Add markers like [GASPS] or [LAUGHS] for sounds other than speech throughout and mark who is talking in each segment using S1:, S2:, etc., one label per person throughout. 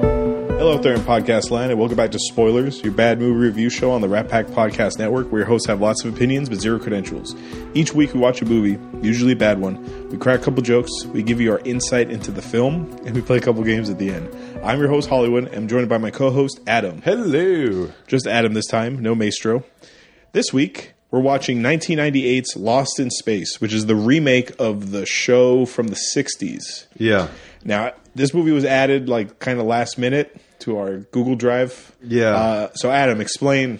S1: Hello out there in podcast land, and welcome back to Spoilers, your bad movie review show on the Rat Pack Podcast Network, where your hosts have lots of opinions but zero credentials. Each week we watch a movie, usually a bad one. We crack a couple jokes, we give you our insight into the film, and we play a couple games at the end. I'm your host Hollywood. and I'm joined by my co-host Adam.
S2: Hello.
S1: Just Adam this time, no Maestro. This week we're watching 1998's Lost in Space, which is the remake of the show from the 60s.
S2: Yeah.
S1: Now, this movie was added like kind of last minute to our Google Drive.
S2: Yeah. Uh,
S1: Uh, so, Adam, explain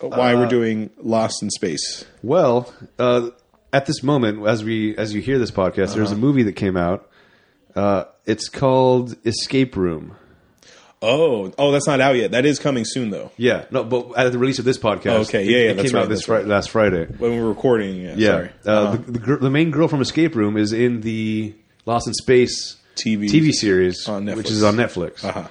S1: why we're doing Lost in Space.
S2: Well, uh, at this moment, as we as you hear this podcast, there's
S1: Uh-huh.
S2: a movie that came out. Uh, it's called Escape Room.
S1: Oh, oh, that's not out yet. That is coming soon, though.
S2: Yeah. No, but at the release of this podcast,
S1: Oh, Okay,
S2: it-
S1: yeah, yeah,
S2: it,
S1: that's
S2: came
S1: right,
S2: out this
S1: that's right.
S2: Fri- last Friday.
S1: When we were recording, yeah.
S2: Yeah.
S1: Sorry. Uh-huh.
S2: Uh, The, the, gir- the main girl from Escape Room is in the Lost in Space
S1: TV
S2: TV series,
S1: on Netflix.
S2: which is on Netflix.
S1: Uh-huh.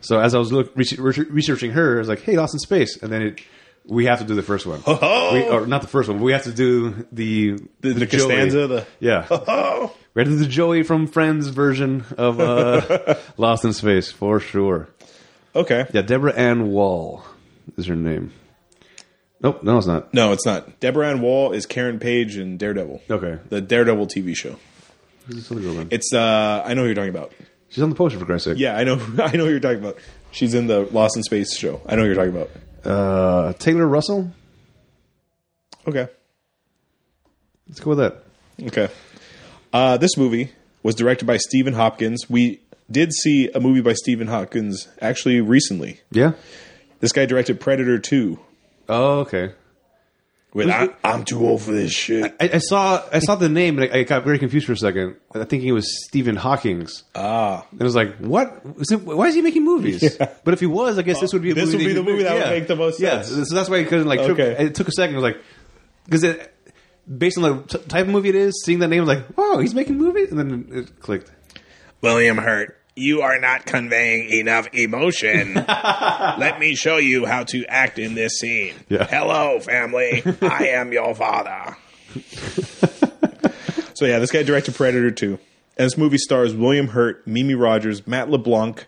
S2: So as I was look, research- researching her, I was like, "Hey, Lost in Space," and then it. We have to do the
S1: [LAUGHS]
S2: first one,
S1: ho!
S2: we, or not the first one. But we have to do the
S1: Oh! The- the
S2: Joey.
S1: Costanza, the-
S2: yeah.
S1: [LAUGHS] Oh,
S2: we have to do the Joey from Friends version
S1: [LAUGHS]
S2: of uh, Lost in Space for sure.
S1: okay.
S2: Yeah, Deborah Ann Wall is her name. Nope, no, it's not.
S1: No, it's not. Deborah Ann Wall is Karen Page in Daredevil.
S2: Okay,
S1: The Daredevil TV show.
S2: Who's this other girl then?
S1: It's uh, I know who you're talking about.
S2: she's on the poster for Christ's sake.
S1: Yeah, I know. [LAUGHS] I know who you're talking about. She's in the Lost in Space show. I know who you're talking about.
S2: Uh, Taylor Russell.
S1: Okay.
S2: Let's go with that.
S1: Okay. Uh, this movie was directed by Stephen Hopkins. We did see a movie by Stephen Hopkins actually recently.
S2: Yeah.
S1: This guy directed Predator 2.
S2: Oh, okay.
S1: With I, I'm too old for this shit.
S2: I, I saw I saw the name and I, I got very confused for a second. I think it was Stephen Hawking's.
S1: Ah,
S2: And I was like, "What? Is it- why is he making movies?" But if he was, I guess this would be a
S1: This
S2: movie
S1: would be
S2: he
S1: the
S2: could
S1: movie
S2: make.
S1: that would make the most
S2: yeah.
S1: sense.
S2: So that's why it couldn't like. Trip.
S1: Okay.
S2: It took a second. I was like, because it based on the t- type of movie it is, seeing that name, I was like, "Wow, he's making movies," and then it clicked.
S3: William Hurt, you are not conveying enough emotion. Let me show you how to act in this scene.
S2: Yeah.
S3: Hello, family. I am your father.
S1: so yeah, this guy directed Predator 2. And this movie stars William Hurt, Mimi Rogers, Matt LeBlanc,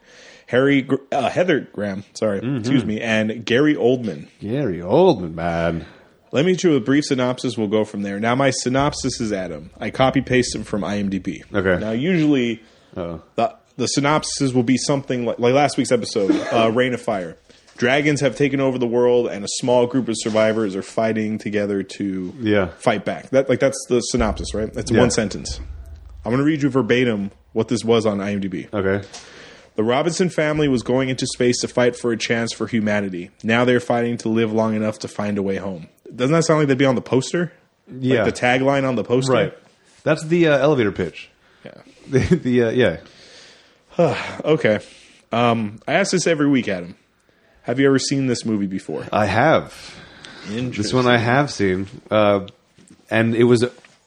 S1: Harry Gr- uh, Heather Graham, sorry, excuse me, and Gary Oldman.
S2: Gary Oldman, man.
S1: Let me do a brief synopsis. We'll go from there. Now, my synopsis is Adam. I copy paste them from IMDb.
S2: Okay.
S1: Now, usually
S2: Oh,
S1: the, the synopsis will be something like, like last week's episode,
S2: [LAUGHS]
S1: uh, Rain of Fire. Dragons have taken over the world, and a small group of survivors are fighting together to
S2: Yeah.
S1: fight back. That like that's the synopsis, right? That's
S2: Yeah.
S1: one sentence. I'm going to read you verbatim what this was on IMDb.
S2: okay.
S1: The Robinson family was going into space to fight for a chance for humanity. Now they're fighting to live long enough to find a way home. Doesn't that sound like they'd be on the poster?
S2: Yeah.
S1: Like the tagline on the poster?
S2: Right. That's the uh, elevator pitch. [LAUGHS]
S1: Yeah.
S2: The, the uh, yeah.
S1: Okay. Um, I ask this every week, Adam. Have you ever seen this movie before?
S2: I have. Uh, This one I have seen, uh, and it was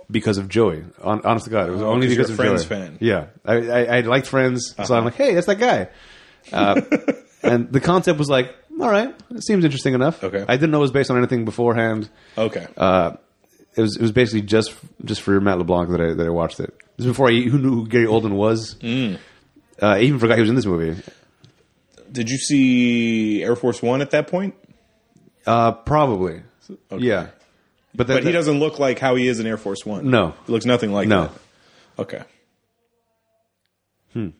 S2: because of Joey. On, honest to God, it was only
S1: Oh, 'cause
S2: because
S1: you're
S2: of
S1: a Friends
S2: Joey.
S1: fan. Uh-huh.
S2: Yeah, I, I, I liked Friends, so I'm like, hey, that's that guy.
S1: [LAUGHS]
S2: Uh, and the concept was like, all right, it seems interesting enough.
S1: Okay.
S2: I didn't know it was based on anything beforehand.
S1: Okay.
S2: Uh, it was it was basically just just for Matt LeBlanc that I that I watched it. It was before I who knew who Gary Oldman was.
S1: Mm.
S2: Uh, I even forgot he was in this movie.
S1: Did you see Air Force One at that point?
S2: Uh, probably. Yeah. But, that,
S1: But he doesn't look like how he is in Air Force One.
S2: No.
S1: He looks nothing like
S2: No.
S1: that. Okay. [LAUGHS]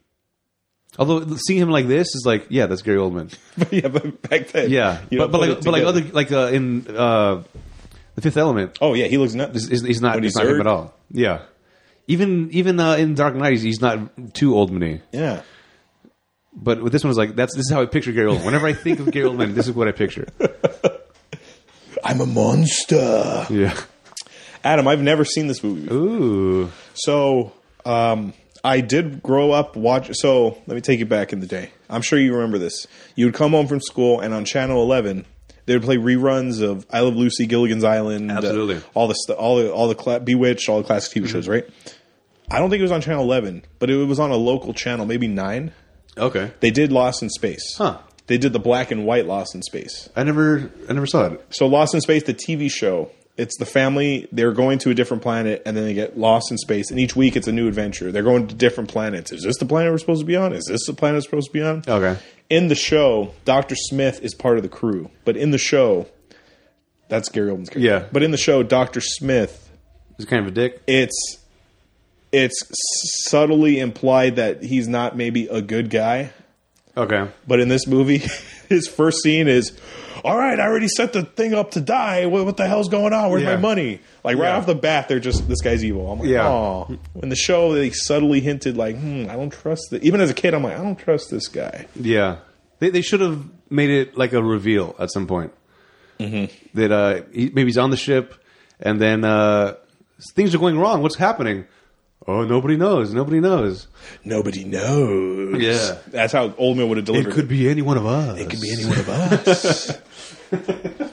S2: Although seeing him like this is like, yeah, that's Gary Oldman.
S1: yeah, but back then.
S2: Yeah,
S1: you don't
S2: but but
S1: put
S2: like
S1: it
S2: but like
S1: together.
S2: other like uh, in uh, the Fifth Element,
S1: Oh, yeah, he looks not.
S2: is he's, he's not
S1: When
S2: he's
S1: he's
S2: not him
S1: hurt.
S2: at all. Yeah, even even uh, in Dark Knight, he's, he's not too old money.
S1: Yeah.
S2: But with this one, it's like that's this is how I picture Gary Oldman. Whenever I think of Gary Oldman, this is what I picture.
S1: I'm a monster.
S2: Yeah.
S1: Adam, I've never seen this movie before.
S2: Ooh.
S1: So um, I did grow up watch. So let me take you back in the day. I'm sure you remember this. You would come home from school, and on Channel 11, they would play reruns of I Love Lucy, Gilligan's Island, uh,
S2: Absolutely. Mm-hmm.
S1: all the stu- all the all the cla- Bewitched, all the classic TV shows, right? I don't think it was on Channel 11, but it was on a local channel, maybe nine.
S2: Okay.
S1: They did Lost in Space.
S2: Huh.
S1: They did the black and white Lost in Space.
S2: I never I never saw it.
S1: So Lost in Space, the TV show. It's the family. They're going to a different planet, and then they get lost in space. And each week, it's a new adventure. They're going to different planets. Is this the planet we're supposed to be on? Is this the planet we're supposed to be on?
S2: Okay.
S1: in the show, Doctor Smith is part of the crew, but in the show, that's Gary Oldman's character.
S2: Yeah.
S1: but in the show, Doctor Smith
S2: He's kind of a dick.
S1: it's it's subtly implied that he's not maybe a good guy,
S2: Okay.
S1: but in this movie, [LAUGHS] his first scene is, "All right, I already set the thing up to die. What, what the hell's going on? Where's
S2: Yeah.
S1: my money?" Like right
S2: Yeah.
S1: off the bat, they're just this guy's evil. I'm like,
S2: Yeah.
S1: "Aw." In the show, they subtly hinted like, "Hmm, I don't trust." The-. Even as a kid, I'm like, "I don't trust this guy."
S2: Yeah. They, they should have made it like a reveal at some point. Mm-hmm. That uh, he, maybe he's on the ship and then uh, things are going wrong. What's happening? Oh, nobody knows. Nobody knows.
S1: Nobody knows.
S2: Yeah.
S1: that's how Oldman would have
S2: It
S1: delivered.
S2: could be any one of us.
S1: It could be any one of us. [LAUGHS] and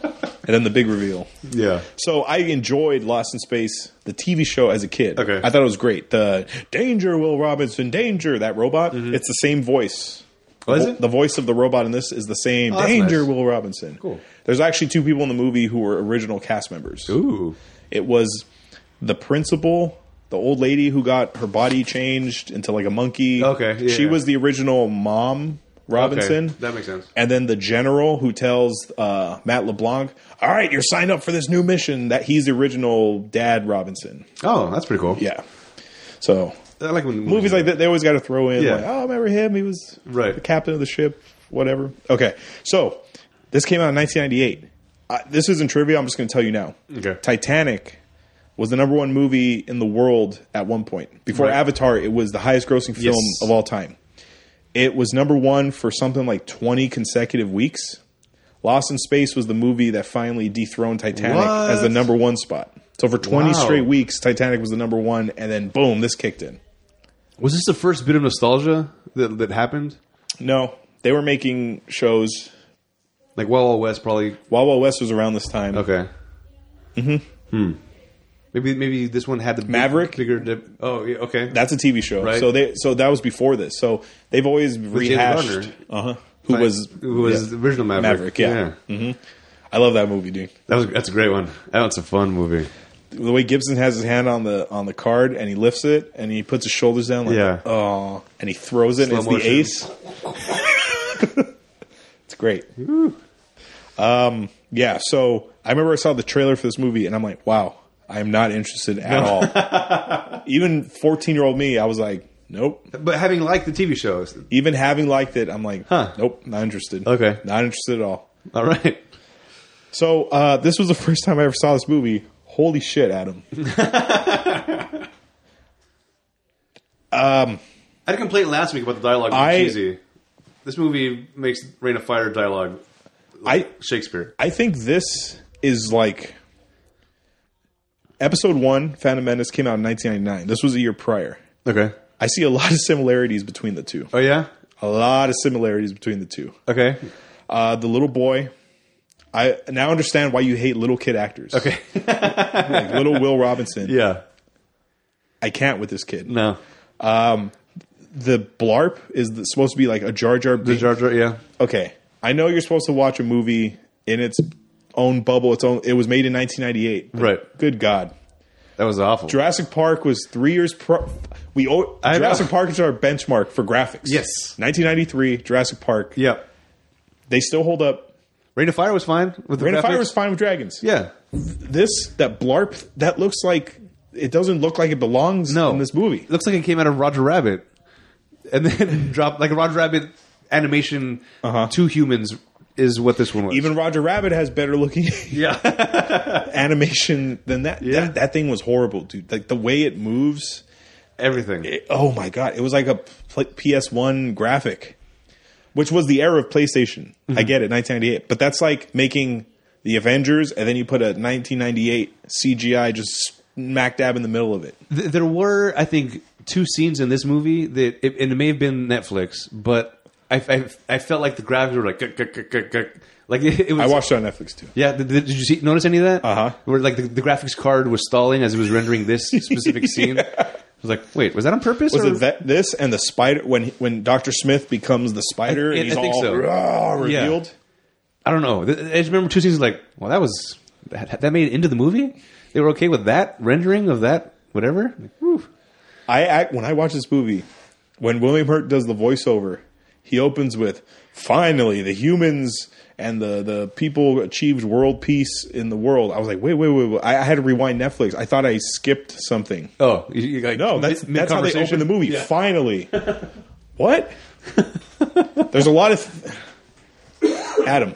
S1: then the big reveal.
S2: Yeah.
S1: So I enjoyed Lost in Space, the TV show as a kid.
S2: Okay.
S1: I thought it was great. The Danger Will Robinson, Danger, that robot. It's the same voice.
S2: Oh, is
S1: The-
S2: Mm-hmm. it? Oh,
S1: The voice of the robot in this is the same.
S2: that's
S1: Danger
S2: nice.
S1: Will Robinson.
S2: Cool.
S1: There's actually two people in the movie who were original cast members.
S2: Ooh.
S1: It was the principal, the old lady who got her body changed into like a monkey.
S2: Okay, yeah,
S1: She
S2: yeah.
S1: was the original mom, Robinson.
S2: Okay, that makes sense.
S1: And then the general who tells uh, Matt LeBlanc, all right, you're signed up for this new mission, that he's the original dad Robinson.
S2: Oh, that's pretty cool.
S1: Yeah. So
S2: I like when
S1: movies like that, they always got to throw in,
S2: Yeah.
S1: like, oh, remember him? He was
S2: Right.
S1: the captain of the ship, whatever. Okay. So this came out in 1998. I, this isn't trivia. I'm just going to tell you now.
S2: Okay.
S1: Titanic was the number one movie in the world at one point. Before
S2: Right.
S1: Avatar, it was the highest grossing film
S2: Yes.
S1: of all time. It was number one for something like 20 consecutive weeks. Lost in Space was the movie that finally dethroned Titanic
S2: What?
S1: as the number one spot. So for 20
S2: Wow.
S1: straight weeks, Titanic was the number one, and then boom, this kicked in.
S2: Was this the first bit of nostalgia that, that happened?
S1: No, they were making shows.
S2: Like Wild Wild West probably.
S1: Wild Wild West was around this time.
S2: Okay. Mm-hmm. Hmm. Maybe maybe this one had the big-
S1: Mm-hmm. Maverick?
S2: bigger. Dip. Oh, yeah, okay.
S1: That's a TV show.
S2: Right.
S1: So they so that was before this. So they've always rehashed.
S2: Gardner.
S1: Uh huh. Who was
S2: It was the original
S1: Maverick,
S2: Maverick?
S1: yeah. Mm-hmm. I love that movie, dude.
S2: That was that's a great one. That was a fun movie.
S1: The way Gibson has his hand on the on the card and he lifts it and he puts his shoulders down like
S2: Yeah.
S1: oh and he throws it and
S2: Slow
S1: it's
S2: motion.
S1: the ace. [LAUGHS] it's great. Um yeah, so I remember I saw the trailer for this movie and I'm like, wow, I am not interested at all.
S2: [LAUGHS]
S1: Even 14-year-old me, I was like, nope.
S2: But having liked the TV show, it's-
S1: Even having liked it, I'm like,
S2: Huh.
S1: nope, not interested.
S2: Okay.
S1: Not interested at all.
S2: all right.
S1: So uh, this was the first time I ever saw this movie. Holy shit,
S2: [LAUGHS]
S1: Adam!
S2: I had a complaint last week about the dialogue being
S1: I-
S2: cheesy. This movie makes Rain of Fire dialogue
S1: I
S2: Shakespeare.
S1: I think this is like episode one. Phantom Menace came out in 1999. This was a year prior.
S2: Okay.
S1: I see a [LAUGHS] lot of similarities between the two.
S2: Oh yeah.
S1: A lot of similarities between the two.
S2: Okay.
S1: Uh, the little boy. I now understand why you hate little kid actors.
S2: Okay.
S1: [LAUGHS] like little Will Robinson.
S2: yeah.
S1: I can't with this kid. Um,
S2: No.
S1: The Blarp is the, supposed to be like a Jar Jar.
S2: The
S1: Binks.
S2: Jar Jar. Yeah.
S1: okay, I know you're supposed to watch a movie in its own bubble. Its own. It was made in 1998. but
S2: Right.
S1: Good God.
S2: That was awful.
S1: Jurassic Park was three years. Pro- we o-
S2: I know.
S1: Jurassic Park is our benchmark for graphics.
S2: Yes.
S1: 1993 Jurassic Park.
S2: yeah.
S1: They still hold up.
S2: Rain of Fire was fine with the
S1: Rain of Fire
S2: graphics.
S1: was fine with dragons.
S2: Yeah.
S1: This that blarp that looks like it doesn't look like it belongs
S2: No.
S1: in this movie.
S2: It looks like it came out of Roger Rabbit, and then [LAUGHS] dropped like a Roger Rabbit animation to humans is what this one was.
S1: Uh-huh. Even Roger Rabbit has better looking
S2: [LAUGHS] yeah.
S1: [LAUGHS] animation than that.
S2: Yeah.
S1: that. That thing was horrible, dude. Like the way it moves.
S2: Everything.
S1: it- oh my god, it was like a pl- PS1 graphic, which was the era of PlayStation. I
S2: Mm-hmm.
S1: get it, 1998, but that's like making the Avengers and then you put a 1998 CGI just smack dab in the middle of it.
S2: Th- there were, I think, two scenes in this movie that, it, and it may have been Netflix, but I, I, I felt like the graphics were like, "Guck, guck, guck, guck, guck." like it, it was.
S1: I watched it on Netflix too.
S2: Yeah, did, did you see, notice any of that?
S1: Uh-huh.
S2: Where like the, the graphics card was stalling as it was
S1: [LAUGHS]
S2: rendering this specific scene. I was like, wait, was that on purpose?
S1: Was
S2: or-
S1: it that, this and the spider when when Doctor Smith becomes the spider
S2: I- I
S1: and he's
S2: think
S1: all
S2: so.
S1: "Rah,"
S2: Yeah.
S1: revealed?
S2: I don't know. Th- I just remember two scenes like, well, that was that, that made it into the movie. They were okay with that rendering of that whatever. Like, whew.
S1: I act when I watch this movie when William Hurt does the voiceover. He opens with, "Finally, the humans and the the people achieved world peace in the world." I was like, "Wait, wait, wait!" wait. I, I had to rewind Netflix. I thought I skipped something.
S2: Oh, you, you like
S1: No, that's
S2: mid-
S1: that's how they
S2: mid-conversation?
S1: open the movie.
S2: Yeah. [LAUGHS]
S1: Finally, what? There's a lot of Adam.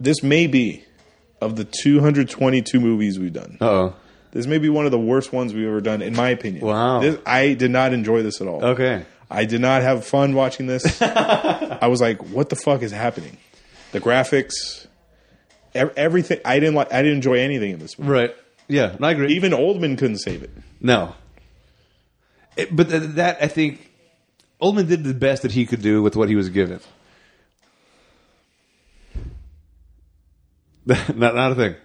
S1: This may be of the 222 movies we've done.
S2: Uh-oh.
S1: This may be one of the worst ones we've ever done, in my opinion.
S2: Wow.
S1: This, I did not enjoy this at all.
S2: Okay.
S1: I did not have fun watching
S2: [LAUGHS]
S1: this. I was like, "What the fuck is happening?" The graphics, ev- everything. I didn't like. I didn't enjoy anything in this movie.
S2: Right. Yeah, no, I agree.
S1: Even Oldman couldn't save it.
S2: no. It- but th- that, I think, Oldman did the best that he could do with what he was given. [LAUGHS] not, not a thing.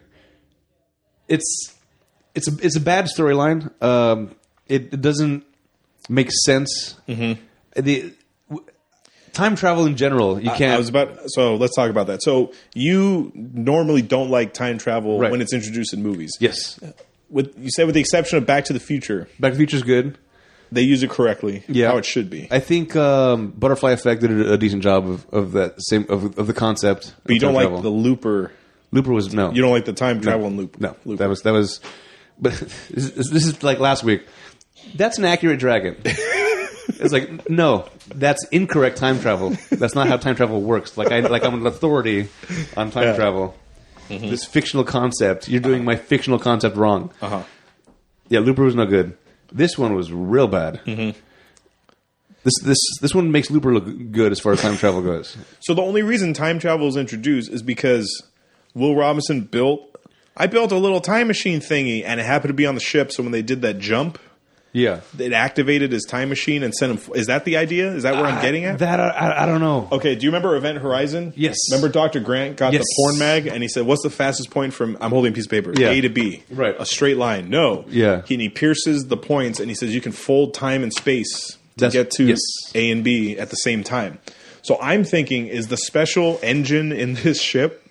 S2: It's it's a, it's a bad storyline. Um, it, it doesn't make sense. Mm-hmm. The w- time travel in general, you can't.
S1: I was about so let's talk about that. So you normally don't like time travel
S2: Right.
S1: when it's introduced in movies.
S2: yes,
S1: With you said with the exception of Back to the Future,
S2: Back to the Future's good.
S1: they use it correctly.
S2: Yeah.
S1: How it should be.
S2: I think um, Butterfly Effect did a decent job of, of that same of, of the concept.
S1: but you don't like the looper
S2: Looper was no.
S1: you don't like the time travel in Looper.
S2: no.
S1: Looper.
S2: That was that was. But [LAUGHS] this, is- this is like last week. That's an
S1: [LAUGHS]
S2: accurate dragon. it's like no, that's incorrect time travel. That's not how time travel works. Like I like I'm an authority on time
S1: Yeah. Mm-hmm.
S2: travel. This fictional concept, you're doing my fictional concept wrong.
S1: Uh-huh.
S2: Yeah, Looper was no good. This one was real bad. This this this one makes Looper look good as far as time travel goes.
S1: So the only reason time travel is introduced is because Will Robinson built I built a little time machine thingy and it happened to be on the ship, so when they did that jump,
S2: Yeah,
S1: it activated his time machine and sent him f- is that the idea? Is that where I'm getting at?
S2: that I, I, I don't know.
S1: Okay, do you remember Event Horizon?
S2: Yes.
S1: Remember Dr. Grant got
S2: Yes.
S1: the porn mag and he said, What's the fastest point from I'm holding a piece of paper?
S2: Yeah.
S1: A to B.
S2: Right.
S1: A straight line. No.
S2: Yeah.
S1: He, and he pierces the points and he says you can fold time and space to
S2: That's-
S1: get to
S2: yes.
S1: A and B at the same time. So I'm thinking, is the special engine in [LAUGHS] this ship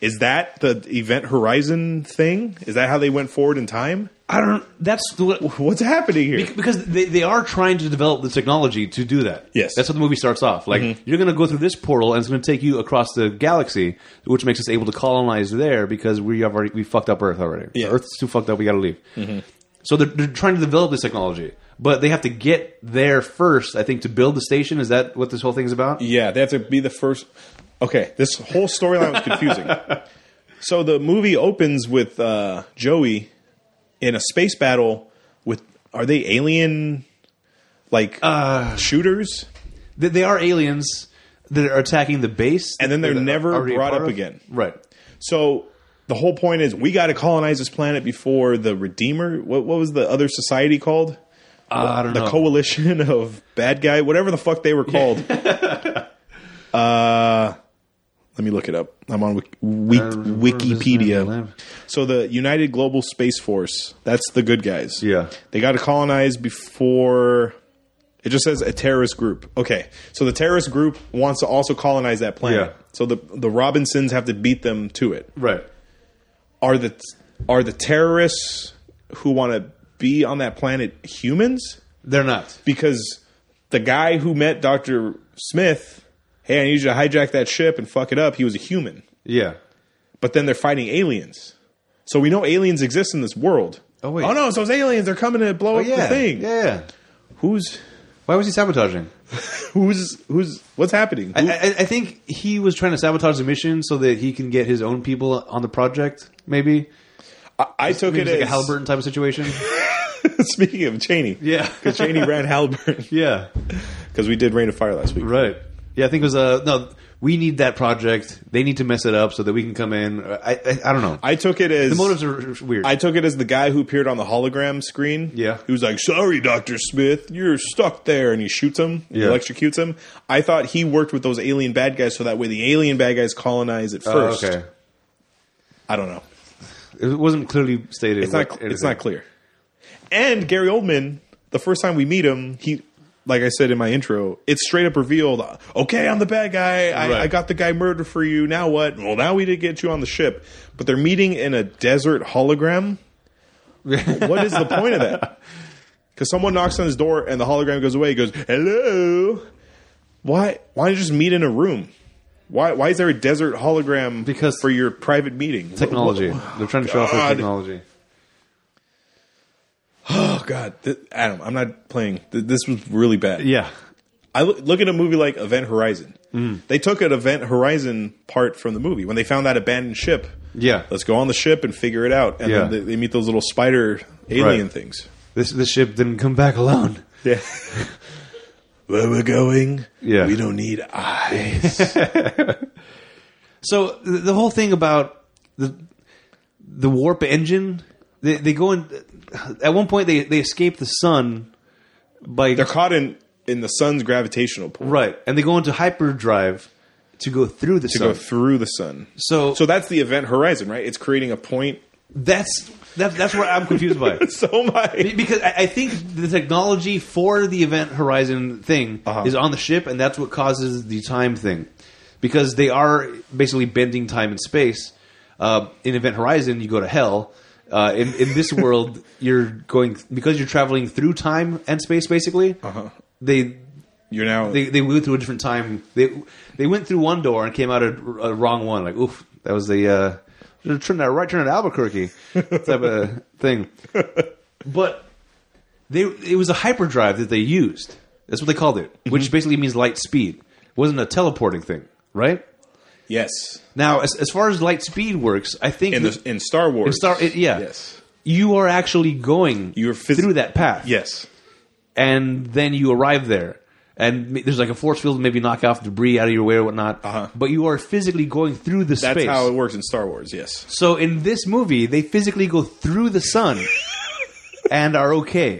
S1: is that the event horizon thing? Is that how they went forward in time?
S2: I don't. That's the, what
S1: What's happening here?
S2: because they, they are trying to develop the technology to do that.
S1: Yes. Mm-hmm.
S2: that's how the movie starts off. Like you're going to go through this portal, and it's going to take you across the galaxy, which makes us able to colonize there because we have already we fucked up Earth already.
S1: Yeah. Mm-hmm.
S2: Earth's too fucked up. We got to leave. So they're, they're trying to develop this technology, but they have to get there first. I think to build the station. Is that what this whole thing's about?
S1: Yeah, they have to be the first. Okay, this whole storyline was confusing. so the movie opens with uh, Joey in a space battle with are they alien like shooters?
S2: They, they are aliens that are attacking the base,
S1: And then they're
S2: that
S1: never
S2: already a
S1: brought
S2: part
S1: up
S2: of.
S1: again.
S2: Right.
S1: So the whole point is we got to colonize this planet before the Redeemer. What, what was the other society called?
S2: Uh, I don't
S1: the
S2: know.
S1: coalition [LAUGHS] of bad guy, whatever the fuck they were called. uh, let me look it up. I'm on Wik- Wik- Wikipedia. So the United Global Space Force, that's the good guys.
S2: Yeah.
S1: They got to colonize before it just says a terrorist group. Okay. So the terrorist group wants to also colonize that planet.
S2: Yeah.
S1: So the the Robinsons have to beat them to it
S2: Right.
S1: are the are the terrorists who want to be on that planet humans?
S2: They're not.
S1: Because the guy who met Doctor Smith, hey, I need you to hijack that ship and fuck it up. He was a human,
S2: Yeah.
S1: but then they're fighting aliens. So we know aliens exist in this world.
S2: Oh, wait. Oh,
S1: Oh no, it's those aliens. They're coming to blow up the
S2: Yeah.
S1: thing.
S2: Yeah. yeah.
S1: Who's
S2: Why was he sabotaging?
S1: who's who's what's happening?
S2: I, I, I think he was trying to sabotage the mission so that he can get his own people on the project. Maybe
S1: I, I took
S2: maybe
S1: it
S2: it's like a
S1: as
S2: Halliburton type of situation.
S1: [LAUGHS] speaking of Cheney. [LAUGHS]
S2: [LAUGHS] Yeah.
S1: Because Cheney
S2: [LAUGHS]
S1: ran Halliburton.
S2: yeah,
S1: Because we did Rain of Fire last week.
S2: right. Yeah, I think it was uh, no. We need that project. They need to mess it up so that we can come in. I I, I don't know.
S1: I took it as
S2: the motives are weird.
S1: I took it as the guy who appeared on the hologram screen.
S2: Yeah.
S1: He was like, sorry, Dr. Smith, you're stuck there. And he shoots him, and
S2: Yeah.
S1: electrocutes him. I thought he worked with those alien bad guys so that way the alien bad guys colonize it
S2: Oh,
S1: first.
S2: okay,
S1: I don't know.
S2: it wasn't clearly stated.
S1: It's not, it's not clear. And Gary Oldman, the first time we meet him, he, like I said in my intro, it's straight up revealed. Okay, I'm the bad guy. I,
S2: Right.
S1: I got the guy murdered for you. Now what? Well, now we did get you on the ship. But they're meeting in a desert hologram.
S2: [LAUGHS]
S1: what is the point of that? Because someone knocks on his door and the hologram goes away. He goes, hello. Why? Why just meet in a room? Why? Why is there a desert hologram?
S2: Because-
S1: for your private meeting
S2: Technology. They're trying to show off their
S1: God.
S2: technology.
S1: Oh God, Th- Adam, I'm not playing. Th- This was really bad.
S2: Yeah.
S1: I look, look at a movie like Event Horizon.
S2: Mm.
S1: They took an Event Horizon part from the movie when they found that abandoned ship.
S2: Yeah.
S1: Let's go on the ship and figure it out. And
S2: Yeah.
S1: then they, they meet those little spider alien
S2: Right.
S1: things.
S2: This this ship didn't come back alone.
S1: Yeah. [LAUGHS] Where we're going,
S2: Yeah.
S1: we don't need eyes.
S2: [LAUGHS] So the, the whole thing about the the warp engine, they, they go in. At one point, they they escape the sun by
S1: They're caught in in the sun's gravitational pull
S2: right, and they go into hyperdrive to go through the
S1: to
S2: sun.
S1: go through the sun.
S2: so
S1: So that's the Event Horizon, right? It's creating a point. [LAUGHS]
S2: that's that, that's what I'm confused by.
S1: So am I.
S2: Be- Because I I think the technology for the Event Horizon thing
S1: Uh-huh.
S2: is on the ship, and that's what causes the time thing. Because they are basically bending time and space. Uh, in Event Horizon, you go to hell. Uh, in, in this world, [LAUGHS] you're going because you're traveling through time and space. Basically, they
S1: You're now.
S2: they they went through a different time. They they went through one door and came out a, a wrong one. Like oof, that was the uh, should've turned that right turn at
S1: [LAUGHS]
S2: Albuquerque type of thing. But they it was a hyperdrive that they used. That's what they called it,
S1: Mm-hmm.
S2: which basically means light speed. It wasn't a teleporting thing, right?
S1: yes.
S2: Now, as, as far as light speed works, I think
S1: In the
S2: that-
S1: in Star Wars.
S2: in Star, it, yeah,
S1: Yes.
S2: you are actually going
S1: You're phys-
S2: through that path,
S1: Yes.
S2: and then you arrive there. And ma- there's like a force field, to maybe knock off debris out of your way or whatnot.
S1: Uh-huh.
S2: But you are physically going through the
S1: That's
S2: space.
S1: how it works in Star Wars. Yes.
S2: so in this movie, they physically go through the
S1: [LAUGHS]
S2: sun and are okay.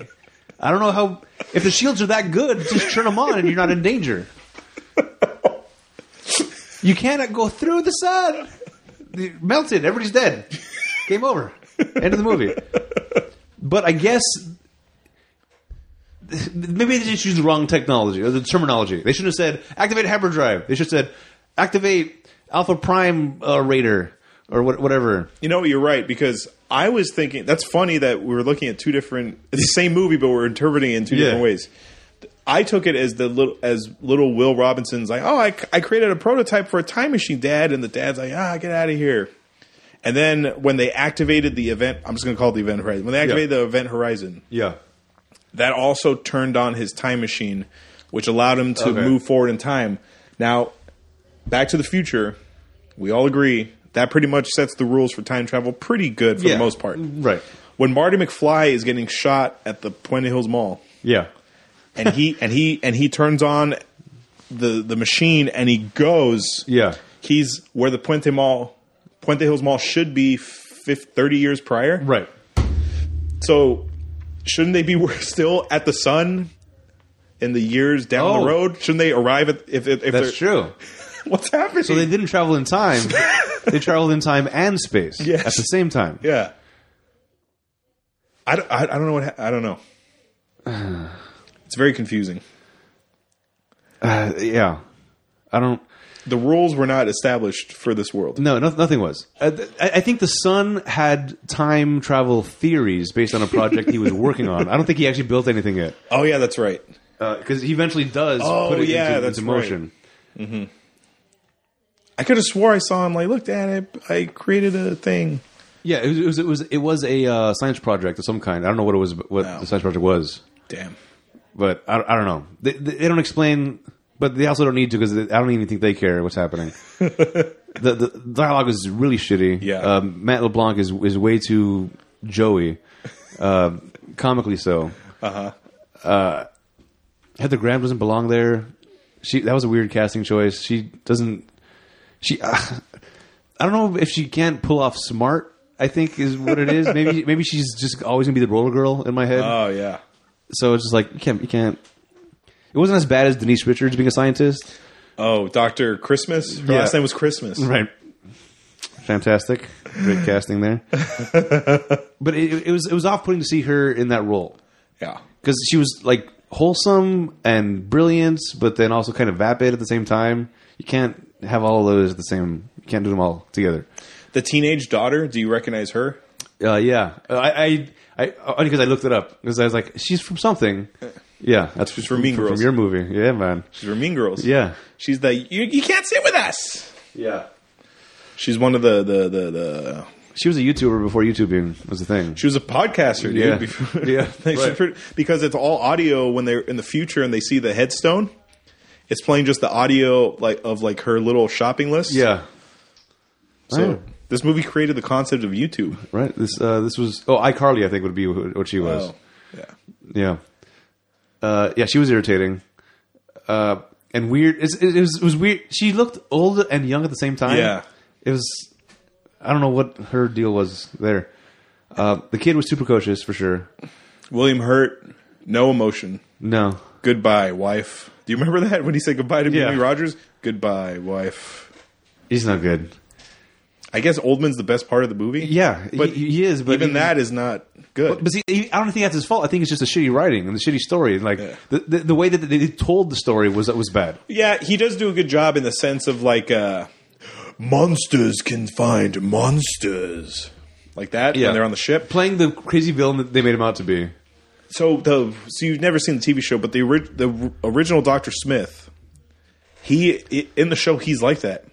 S2: I don't know how. If the shields are that good, just turn them on and you're not in danger. You cannot go through the sun. They Melted. Everybody's dead. Game over. End of the movie. But I guess maybe they just used the wrong technology or the terminology. They should have said activate hyperdrive. They should have said activate Alpha Prime uh, Raider or what, whatever.
S1: You know, you're right because I was thinking that's funny that we were looking at two different it's the same movie but we're interpreting it in two
S2: Yeah.
S1: different ways. I took it as the little as little Will Robinson's like, "Oh, I, I created a prototype for a time machine, dad." And the dad's like, "Ah, get out of here." And then when they activated the event, I'm just going to call it the event horizon. When they activated the event horizon,
S2: Yeah.
S1: that also turned on his time machine, which allowed him to
S2: Okay.
S1: move forward in time. Now, Back to the Future, we all agree that pretty much sets the rules for time travel pretty good for
S2: Yeah.
S1: the most part.
S2: Right.
S1: When Marty McFly is getting shot at the Puente Hills Mall,
S2: Yeah.
S1: and he
S2: [LAUGHS]
S1: and he and he turns on the the machine and he goes,
S2: Yeah.
S1: he's where the Puente Mall, Puente Hills Mall should be. 50, 30 years prior.
S2: Right.
S1: So, shouldn't they be [LAUGHS] we're still at the sun in the years down
S2: Oh.
S1: the road? Shouldn't they arrive at if if, if
S2: That's
S1: they're-
S2: true.
S1: [LAUGHS] What's happening?
S2: So they didn't travel in time. they traveled in time and space
S1: Yes.
S2: at the same time.
S1: yeah. I don't, I, I don't know what ha- I don't know.
S2: [SIGHS]
S1: It's very confusing.
S2: Uh, yeah. I don't.
S1: The rules were not established for this world.
S2: No, no nothing was. Uh, th- I, I think the son had time travel theories based on a project he was working on. I don't think he actually built anything yet.
S1: Oh yeah, that's right.
S2: because Uh, he eventually does
S1: Oh,
S2: put it
S1: yeah,
S2: into,
S1: that's
S2: into motion.
S1: I could have swore I saw him like, look, Dad, I, I created a thing.
S2: Yeah, it was it was it was, it was a uh, science project of some kind. I don't know what it was, what the science project was,
S1: Damn.
S2: but I, I don't know. They, they they don't explain, but they also don't need to because I don't even think they care
S1: [LAUGHS]
S2: what's happening. the, the dialogue is really shitty.
S1: Yeah.
S2: um, Matt LeBlanc is is way too Joey, uh, comically so. Uh-huh. Uh Heather Graham doesn't belong there. She that was a weird casting choice. She doesn't. She. [LAUGHS] I don't know if she can't pull off smart. I think is what it is. Maybe maybe she's just always gonna be the roller girl in my head.
S1: Oh yeah.
S2: so it's just like you can't you can't. It wasn't as bad as Denise Richards being a scientist,
S1: Oh, Doctor Christmas. Her
S2: Yeah.
S1: last name was Christmas.
S2: right? Fantastic, great casting there. but it, it was it was off putting to see her in that role
S1: Yeah.
S2: because she was like wholesome and brilliant, but then also kind of vapid at the same time. You can't have all of those at the same. You can't do them all together.
S1: The teenage daughter. Do you recognize her? [LAUGHS]
S2: Uh, yeah, Uh, I, I, I, only because I looked it up because I was like, she's from something, Yeah, that's just
S1: from Mean
S2: from,
S1: Girls.
S2: your movie. Yeah, man.
S1: She's from Mean Girls.
S2: Yeah.
S1: She's the you, you can't sit with us.
S2: Yeah.
S1: She's one of the the the, the
S2: She was a YouTuber before YouTubing was a thing.
S1: she was a podcaster, dude.
S2: Yeah.
S1: before-
S2: Yeah,
S1: [LAUGHS] Like, she
S2: right.
S1: pretty- because it's all audio when they're in the future and they see the headstone. It's playing just the audio like of like her little shopping list.
S2: Yeah.
S1: So
S2: Oh.
S1: this movie created the concept of YouTube.
S2: Right. This uh, this was oh iCarly I think would be wh- what she was.
S1: Oh, yeah.
S2: Yeah. Uh, yeah, she was irritating. Uh, and weird. It's, it, it, was, it was weird. She looked old and young at the same time.
S1: Yeah.
S2: It was. I don't know what her deal was there. Uh, the kid was too precocious for sure.
S1: William Hurt, no emotion.
S2: No.
S1: Goodbye, wife. Do you remember that when he said goodbye to
S2: Yeah.
S1: Mimi Rogers? Goodbye, wife.
S2: He's not good.
S1: I guess Oldman's the best part of the movie.
S2: Yeah,
S1: but
S2: he, he is. But
S1: even
S2: he-
S1: that is not good.
S2: But see, he- I don't think that's his fault. I think it's just the shitty writing and the shitty story. Like
S1: Yeah.
S2: the, the the way that they told the story was was bad.
S1: yeah, he does do a good job in the sense of like uh, monsters can find monsters, like that
S2: Yeah.
S1: when they're on the ship.
S2: Playing the crazy villain that they made him out to be.
S1: So the so you've never seen the TV show, but the ori- the original Doctor Smith, he i- in the show he's like that.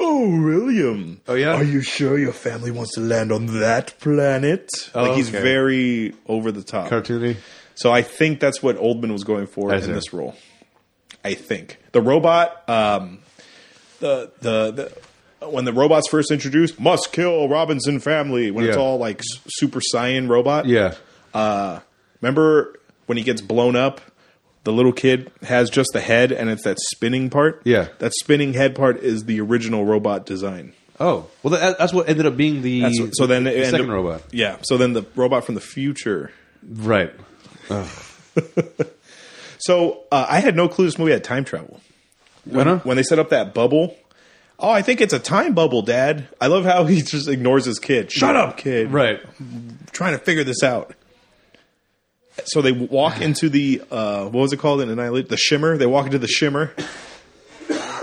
S1: Oh, William.
S2: Oh, yeah?
S1: Are you sure your family wants to land on that planet? like he's
S2: Oh, okay.
S1: very over the top.
S2: Cartoony.
S1: So I think that's what Oldman was going for
S2: I
S1: in
S2: see.
S1: this role. I think the robot, um, the the the when the robot's first introduced, must kill Robinson family. When it's
S2: Yeah.
S1: all like s- super saiyan robot,
S2: Yeah.
S1: Uh, remember when he gets blown up? The little kid has just the head, and it's that spinning part.
S2: Yeah.
S1: that spinning head part is the original robot design.
S2: Oh well, that, that's what ended up being the
S1: That's what- so then it
S2: the
S1: ended-
S2: second robot,
S1: Yeah, so then the robot from the future
S2: right?
S1: So uh, I had no clue this movie had time travel. When,
S2: Uh-huh.
S1: when they set up that bubble, oh, I think it's a time bubble, Dad. I love how he just ignores his kid. Shut up, kid.
S2: Right.
S1: Trying to figure this out. So they
S2: [SIGHS]
S1: walk into the uh, what was it called in Annihilate? The Shimmer. They walk into the Shimmer,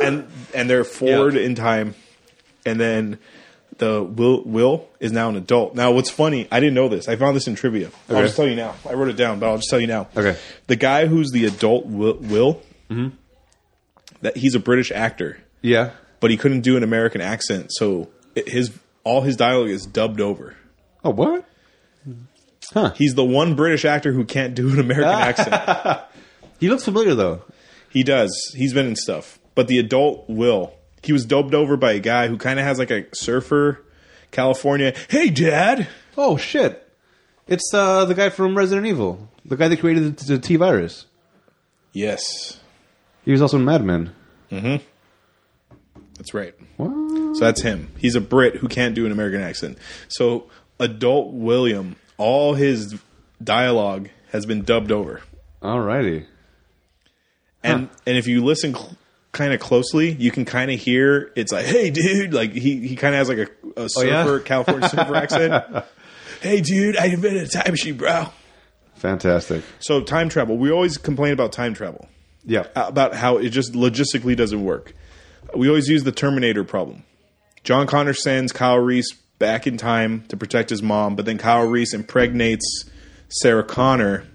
S1: and and they're forward
S2: Yeah.
S1: in time, and then the Will Will is now an adult. Now, what's funny? I didn't know this. I found this in trivia. I'll
S2: Okay.
S1: just tell you now. I wrote it down, but I'll just tell you now.
S2: Okay. Mm-hmm.
S1: The guy who's the adult Will, Will that he's a British actor,
S2: Yeah.
S1: but he couldn't do an American accent, so it- his all his dialogue is dubbed over.
S2: Oh what? Huh. He,
S1: He's the one British actor who can't do an American accent.
S2: he looks familiar though.
S1: He does. He's been in stuff. But the adult Will, he was dubbed over by a guy who kind of has like a surfer California. Hey, Dad.
S2: Oh shit! It's uh, the guy from Resident Evil, the guy that created the, the T virus.
S1: Yes,
S2: He was also in Mad Men.
S1: that's right.
S2: What?
S1: So that's him. He's a Brit who can't do an American accent. So adult William, all his dialogue has been dubbed over.
S2: Alrighty.
S1: and and if you listen cl- kind of closely, you can kind of hear it's like, "Hey, dude!" Like he he kind of has like a, a surfer
S2: yeah?
S1: California surfer accent. [LAUGHS] Hey, dude! I invented a time machine, bro.
S2: Fantastic.
S1: So time travel. We always complain about time travel,
S2: Yeah.
S1: about how it just logistically doesn't work. We always use the Terminator problem. John Connor sends Kyle Reese back in time to protect his mom, but then Kyle Reese impregnates Sarah Connor,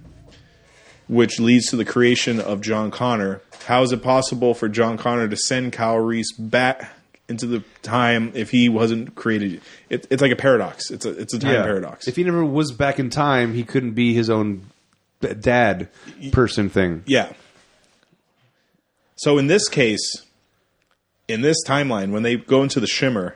S1: which leads to the creation of John Connor. How is it possible for John Connor to send Kyle Reese back into the time if he wasn't created? It, it's like a paradox. It's a it's a time
S2: Yeah.
S1: paradox.
S2: If he never was back in time, he couldn't be his own b- dad person thing.
S1: Yeah. So in this case, in this timeline, when they go into the shimmer,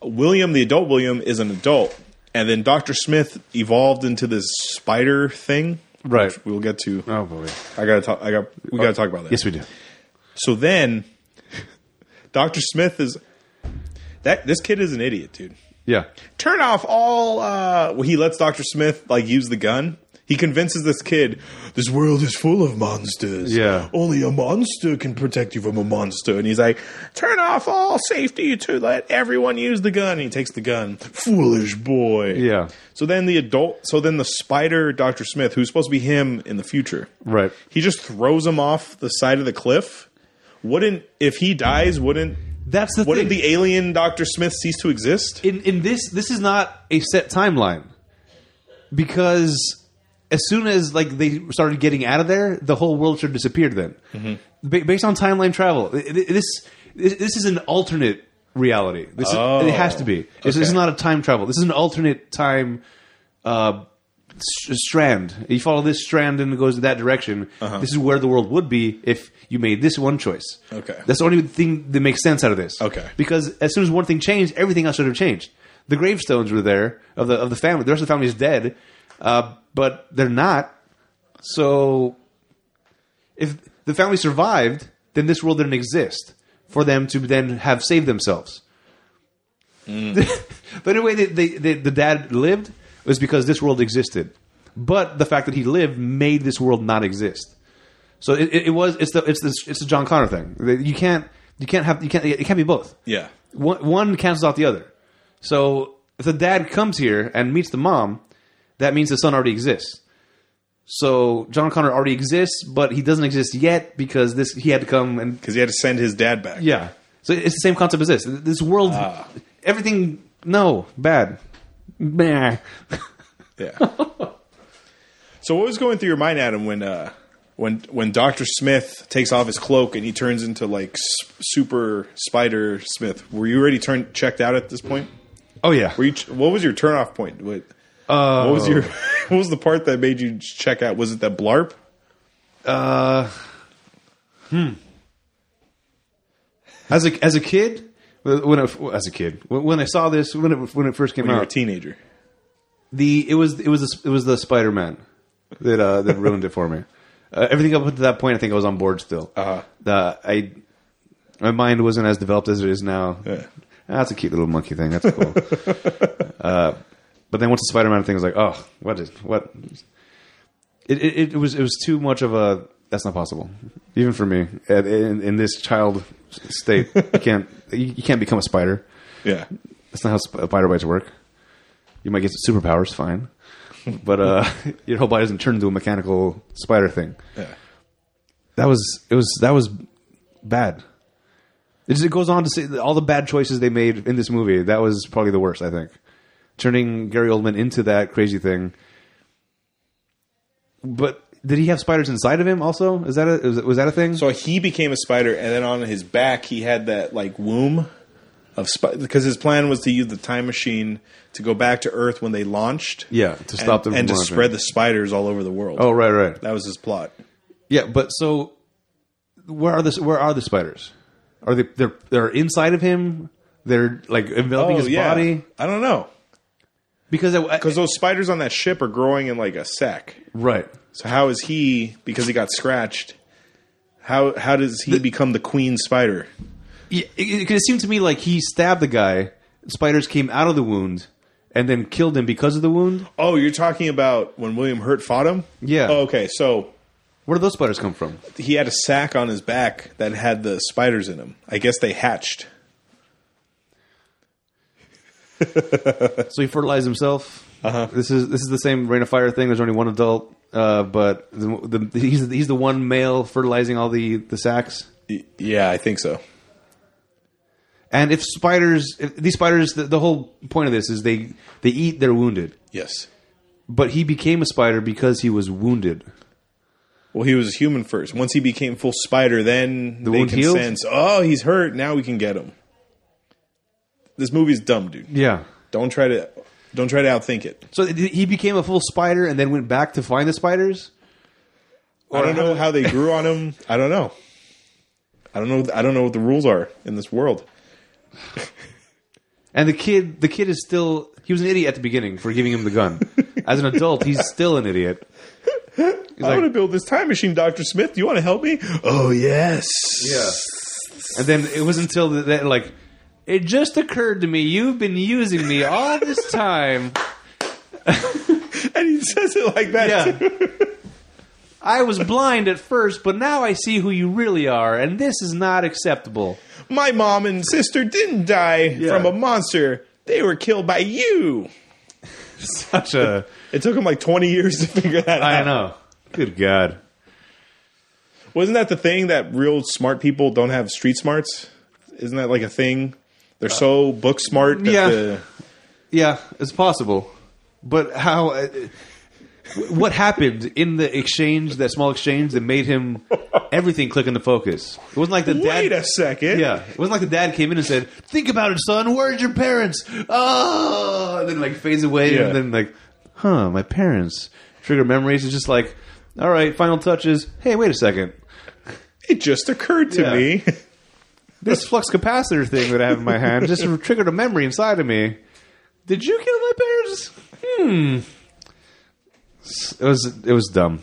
S1: William, the adult William, is an adult, and then Doctor Smith evolved into this spider thing.
S2: Right.
S1: We'll get to.
S2: Oh boy.
S1: I gotta talk. I got. We gotta talk about that.
S2: Yes, we do.
S1: So then, Doctor Smith is that this kid is an idiot, dude
S2: Yeah.
S1: turn off all uh well, he lets dr smith like use the gun he convinces this kid this world is full of monsters
S2: Yeah.
S1: only a monster can protect you from a monster and he's like turn off all safety to let everyone use the gun and he takes the gun foolish boy
S2: Yeah.
S1: so then the adult so then the spider dr smith who's supposed to be him in the future
S2: Right.
S1: he just throws him off the side of the cliff wouldn't if he dies wouldn't
S2: That's the
S1: wouldn't
S2: thing.
S1: the alien dr smith cease to exist
S2: in in this this is not a set timeline because as soon as like they started getting out of there, the whole world should have disappeared. Then,
S1: Mm-hmm.
S2: ba- based on timeline travel, i- i- this this is an alternate reality. This is-
S1: Oh.
S2: it has to be. This, this is
S1: Okay.
S2: not a time travel. This is an alternate time uh, s- strand. You follow this strand and it goes that direction.
S1: Uh-huh.
S2: This is where the world would be if you made this one choice.
S1: Okay.
S2: that's the only thing that makes sense out of this.
S1: Okay.
S2: because as soon as one thing changed, everything else should have changed. The gravestones were there of the of the family. The rest of the family is dead, uh, but they're not. So, if the family survived, then this world didn't exist for them to then have saved themselves. [LAUGHS] but anyway, they, they, they, the dad lived was because this world existed, but the fact that he lived made this world not exist. So it, it, it was it's the it's the it's the John Connor thing. You can't you can't have you can't it can't be both
S1: Yeah.
S2: one, one cancels out the other. So if the dad comes here and meets the mom, that means the son already exists. So John Connor already exists, but he doesn't exist yet because this he had to come and
S1: Because he had to send his dad back.
S2: yeah. So it's the same concept as this. This world, everything no bad. Meh.
S1: Yeah. [LAUGHS] so what was going through your mind, Adam, when uh, when when Doctor Smith takes off his cloak and he turns into like s- Super Spider Smith? Were you already turned checked out at this point?
S2: Oh yeah.
S1: Were you ch- what was your turnoff point? What,
S2: Uh,
S1: what was your [LAUGHS] what was the part that made you check out? Was it that blarp?
S2: as a as a kid when I, as a kid when, when I saw this when it when it first came
S1: When you were a
S2: out
S1: teenager.
S2: the it was it was the, it was the Spider Man that uh, that ruined it for me. Uh, everything up to that point, I think I was on board still.
S1: Uh-huh.
S2: Uh, I my mind wasn't as developed as it is now.
S1: Yeah.
S2: Ah, that's a cute little monkey thing.
S1: [LAUGHS]
S2: That's cool. uh, but then once the Spider Man thing was like, oh, what is what? It, it it was it was too much of a. That's not possible, even for me. At- In, in this child state, you can't you, you can't become a spider.
S1: Yeah.
S2: That's not how sp- spider bites work. You might get some superpowers, fine, but uh, [LAUGHS] your whole body doesn't turn into a mechanical spider thing.
S1: Yeah.
S2: That was it was that was bad. It, just, it goes on to say that all the bad choices they made in this movie. That was probably the worst, I think. Turning Gary Oldman into that crazy thing. But did he have spiders inside of him? Also, is that a, was, was that a thing?
S1: So he became a spider, and then on his back he had that like womb of spider because his plan was to use the time machine to go back to Earth when they launched.
S2: Yeah, to stop them
S1: and,
S2: from
S1: and to
S2: launching.
S1: spread the spiders all over the world.
S2: oh, right, right.
S1: that was his plot.
S2: Yeah, but so where are the where are the spiders? Are they they're they're inside of him? They're like
S1: Oh,
S2: enveloping his body
S1: I don't know
S2: because I,
S1: because those spiders on that ship are growing in like a sack.
S2: right.
S1: So how is he because he got scratched? How how does he become the queen spider?
S2: Yeah, it, it, it seemed to me like he stabbed the guy. Spiders came out of the wound and then killed him because of the wound.
S1: Oh, you're talking about when William Hurt fought him?
S2: Yeah.
S1: Oh, okay, so
S2: Where do those spiders come from?
S1: he had a sack on his back that had the spiders in him. I guess they hatched.
S2: So he fertilized himself. This is this is the same rain of fire thing. There's only one adult, uh, but the, the, he's he's the one male fertilizing all the the sacks.
S1: Y- Yeah, I think so.
S2: And if spiders, if these spiders, the, the whole point of this is they they eat their wounded.
S1: Yes.
S2: But he became a spider because he was wounded.
S1: Well, he was human first. Once he became full spider, then they
S2: wound
S1: can
S2: healed?
S1: sense, oh, he's hurt. Now we can get him. This movie's dumb, dude.
S2: Yeah.
S1: Don't try to don't try to outthink it.
S2: So th- he became a full spider and then went back to find the spiders.
S1: I don't know how they grew on him. [LAUGHS] I don't know. I don't know. I don't know what the rules are in this world.
S2: And the kid, the kid is still he was an idiot at the beginning for giving him the gun. As an adult, he's still an idiot. He's
S1: I want to
S2: like,
S1: build this time machine, Doctor Smith. Do you want to help me? Oh yes.
S2: yeah. And then it was until th- that like it just occurred to me you've been using me all this time.
S1: And he says it like that. too.
S2: Yeah. I was blind at first, but now I see who you really are, and this is not acceptable.
S1: My mom and sister didn't die from a monster. They were killed by you.
S2: Such a
S1: It took him like 20 years to [LAUGHS] figure that out.
S2: [LAUGHS] I know. Good God.
S1: Wasn't that the thing that real smart people don't have street smarts? Isn't that like a thing? They're so book smart that
S2: yeah.
S1: the
S2: Yeah, it's possible. But how uh, what happened in the exchange, that small exchange, that made him everything click into focus? It wasn't like the dad.
S1: Wait a second.
S2: Yeah, it wasn't like the dad came in and said, "Think about it, son. Where's your parents?" Oh, and then like fades away,
S1: Yeah.
S2: and then like, huh, my parents trigger memories. It's just like, all right, final touches. Hey, wait a second,
S1: It just occurred to
S2: Yeah.
S1: me. [LAUGHS]
S2: this flux capacitor thing that I have in my hand just triggered a memory inside of me. Did you kill my parents? Hmm. S- It was it was dumb.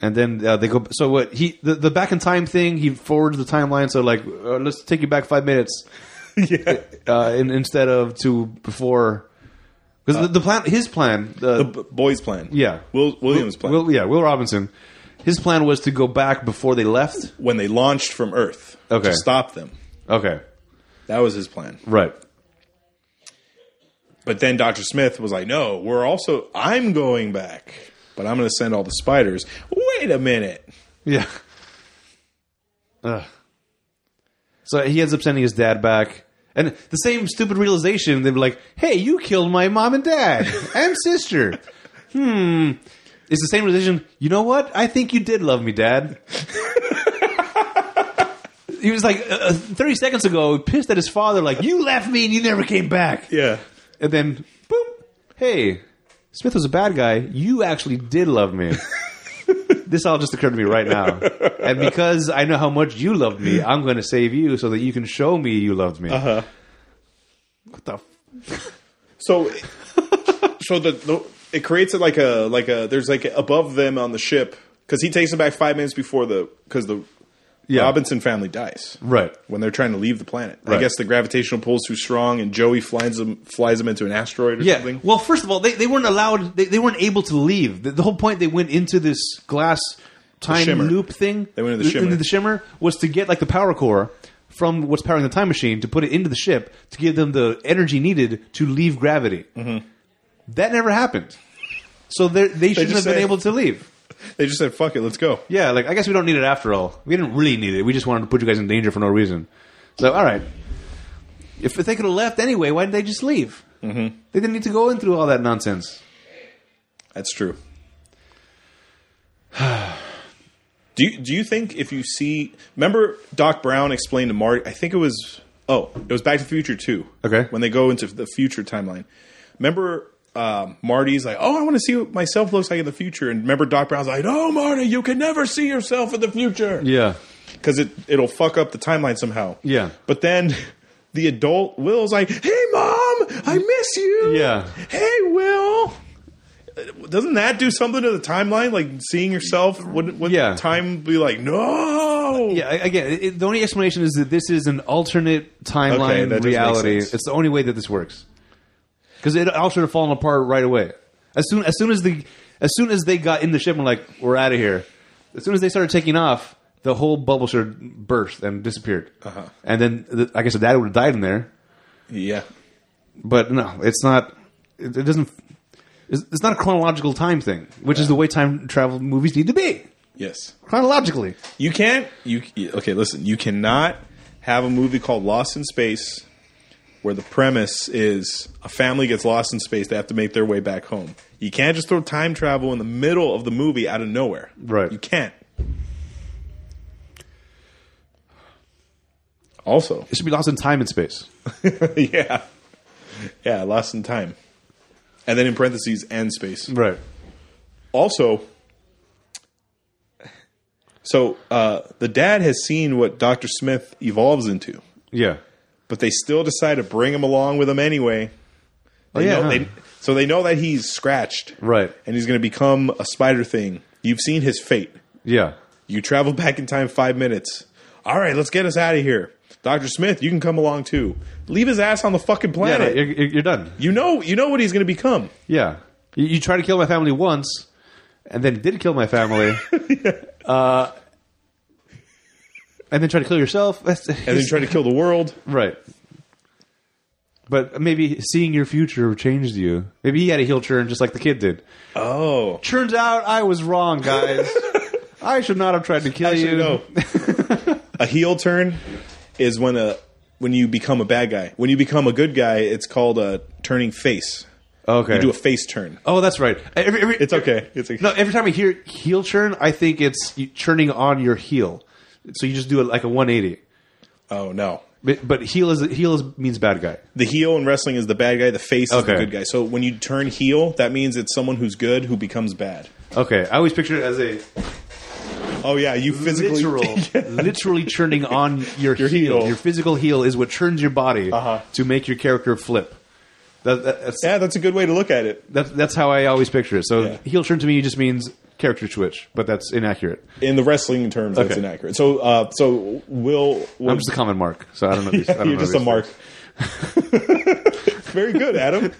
S2: And then uh, they go. So what he the, the back in time thing? He forwards the timeline. So like, uh, let's take you back five minutes
S1: yeah.
S2: uh, in, instead of to before. Because the, the plan, his plan, the,
S1: The b- boys' plan.
S2: yeah,
S1: Will Williams' plan.
S2: Will, yeah, Will Robinson, his plan was to go back before they left.
S1: when they launched from Earth
S2: Okay.
S1: to stop them.
S2: Okay,
S1: That was his plan.
S2: right.
S1: But then Dr. Smith was like, no, we're also, I'm going back, but I'm going to send all the spiders. Wait a minute.
S2: Yeah. Ugh. So he ends up sending his dad back. And the same stupid realization, they're like, hey, you killed my mom and dad and sister. hmm. It's the same realization, you know what? I think you did love me, dad. [LAUGHS] he was like, uh, uh, 30 seconds ago, pissed at his father, like, you left me and you never came back.
S1: Yeah.
S2: And then, boom, hey, Smith was a bad guy. You actually did love me. this all just occurred to me right now. And because I know how much you loved me, I'm going to save you so that you can show me you loved me. Uh-huh. What the? F-
S1: So, so the, the it creates it like a like a there's like above them on the ship because he takes them back five minutes before the because the
S2: yeah.
S1: Robinson family dies
S2: Right.
S1: when they're trying to leave the planet. I
S2: Right.
S1: guess the gravitational pull's too strong, and Joey flies them flies them into an asteroid or
S2: Yeah.
S1: something.
S2: Well, first of all, they, they weren't allowed, they, they weren't able to leave. The, the whole point they went into this glass time
S1: shimmer.
S2: loop thing.
S1: They went into the shimmer.
S2: Into the shimmer was to get like the power core from what's powering the time machine to put it into the ship to give them the energy needed to leave gravity.
S1: Mm-hmm.
S2: That never happened. So they're- they shouldn't have
S1: just
S2: been
S1: say-
S2: able to leave.
S1: They just said, "Fuck it, let's go."
S2: Yeah, like I guess we don't need it after all. We didn't really need it. We just wanted to put you guys in danger for no reason. So all right, if they could have left anyway, why didn't they just leave? Mm-hmm. They didn't need to go in through all that nonsense.
S1: That's true. [SIGHS] do you, do you think if you see remember Doc Brown explained to Marty? I think it was oh it was Back to the Future two.
S2: Okay.
S1: when they go into the future timeline, remember um, Marty's like, oh, I want to see what myself looks like in the future, and remember Doc Brown's like, no, Marty, you can never see yourself in the future
S2: Yeah,
S1: because it it'll fuck up the timeline somehow.
S2: Yeah.
S1: but then. [LAUGHS] The adult Will's like, "Hey, mom, I miss you."
S2: Yeah.
S1: Hey, Will doesn't that do something to the timeline? Like seeing yourself, wouldn't, wouldn't
S2: Yeah.
S1: time be like, no?
S2: yeah. a- Again, it, it- the only explanation is that this is an alternate timeline
S1: that does make
S2: reality.
S1: sense.
S2: It's the only way that this works because it all should have fallen apart right away. As soon as soon as the as soon as they got in the ship, and like we're out of here. As soon as they started taking off, the whole bubble should have burst and disappeared. Uh-huh. And then the, I guess the dad would have died in there.
S1: Yeah.
S2: But no, it's not. It, it doesn't. It's, it's not a chronological time thing, which is the way time travel movies need to be
S1: Yes.
S2: chronologically.
S1: You can't. You okay? Listen, you cannot have a movie called Lost in Space where the premise is a family gets lost in space. They have to make their way back home. You can't just throw time travel in the middle of the movie out of nowhere.
S2: Right.
S1: You can't. Also, [LAUGHS]
S2: It should be lost in time and space.
S1: yeah, yeah, lost in time, and then in parentheses and space.
S2: Right.
S1: also so uh, the dad has seen what dr smith evolves into
S2: Yeah.
S1: but they still decide to bring him along with them anyway They
S2: Oh, yeah,
S1: know-
S2: huh.
S1: they- so they know that he's scratched
S2: Right.
S1: and he's going to become a spider thing you've seen his fate
S2: Yeah.
S1: you travel [LAUGHS] back in time five minutes all right let's get us out of here dr smith you can come along too leave his ass on the fucking
S2: Yeah, no,
S1: planet
S2: you're, you're you're done.
S1: you know you know what he's going to become
S2: Yeah. You, you tried to kill my family once, and then did kill my
S1: [LAUGHS]
S2: family. uh, and then try to kill yourself. [LAUGHS] That's,
S1: and then try to kill the
S2: [LAUGHS]
S1: world
S2: right. But maybe seeing your future changed you. Maybe he had a heel turn just like the kid did.
S1: oh
S2: Turns out I was wrong,
S1: [LAUGHS]
S2: guys. I should not have tried to kill you.
S1: Actually, no. a heel turn is when a when you become a bad guy. When you become a good guy, it's called a turning face.
S2: Okay.
S1: You do a face turn.
S2: Oh, that's right. Every- every-
S1: It's okay. It's okay.
S2: No, every time I hear heel churn, I think it's you churning on your heel. So you just do it like a 180.
S1: Oh no.
S2: But, but heel is heel is, means bad guy.
S1: The heel in wrestling is the bad guy. The face is the
S2: Okay.
S1: good guy. So when you turn heel, that means it's someone who's good who becomes bad.
S2: Okay, I always picture it as a
S1: Oh yeah, you physically
S2: literal, literally churning on your,
S1: [LAUGHS] Your
S2: heel.
S1: heel.
S2: Your physical heel is what churns your body
S1: Uh-huh.
S2: to make your character flip. That, that, that's,
S1: [LAUGHS] Yeah, that's a good way to look at it.
S2: that's that's how I always picture it. So
S1: Yeah.
S2: heel churn to me just means character switch, but that's inaccurate.
S1: In the wrestling terms, that's
S2: Okay.
S1: inaccurate. So, uh, so will, will
S2: I'm just a common mark, so I don't
S1: [LAUGHS]
S2: know. These, I don't
S1: you're
S2: know
S1: just a
S2: these
S1: mark. [LAUGHS] Very good, Adam.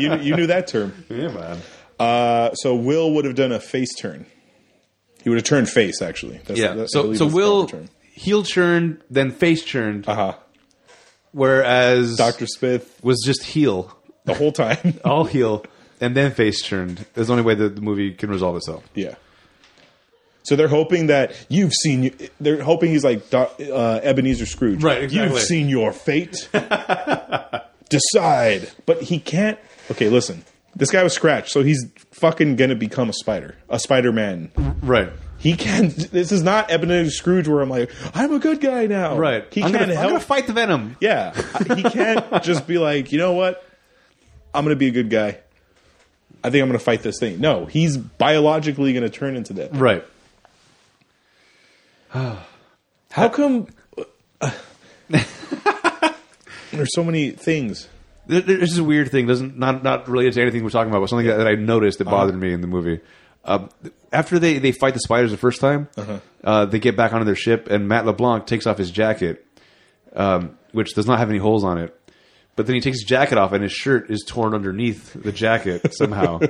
S1: You you knew that term.
S2: things. Yeah, man.
S1: Uh, so Will would have done a face turn. He would have turned face actually. That's,
S2: Yeah.
S1: that- I
S2: so
S1: believe
S2: so
S1: is the
S2: Will
S1: proper term.
S2: heel churned, then face churned,
S1: Uh-huh.
S2: whereas
S1: Doctor Oh. Smith
S2: was just heel,
S1: the whole
S2: [LAUGHS]
S1: time.
S2: all heel, and then face churned. Is the only way that the movie can resolve itself.
S1: Yeah. So they're hoping that you've seen. They're hoping he's like Doc- uh, Ebenezer Scrooge.
S2: Right, exactly.
S1: You've seen your
S2: [LAUGHS]
S1: fate. Decide. But he can't. Okay, listen. This guy was scratched, so he's fucking gonna become a spider, a Spider Man.
S2: Right.
S1: He can. This is not Ebenezer Scrooge, where I'm like, I'm a good guy now.
S2: Right.
S1: He
S2: I'm
S1: can't
S2: gonna, I'm
S1: help.
S2: gonna fight the venom.
S1: Yeah, he
S2: [LAUGHS]
S1: can't just be like, you know what? I'm going to be a good guy. I think I'm going to fight this thing. No, he's biologically going to turn into that.
S2: [SIGHS] Right.
S1: How come there's so many things?
S2: There- There's this weird thing, doesn't not not related to anything we're talking about, but something that, that I noticed
S1: Uh-huh.
S2: that bothered me in the movie. Um, after they, they fight the spiders the first time,
S1: Uh-huh.
S2: uh they get back onto their ship, and Matt LeBlanc takes off his jacket, um, which does not have any holes on it. But then he takes his jacket off, and his shirt is torn underneath the jacket somehow.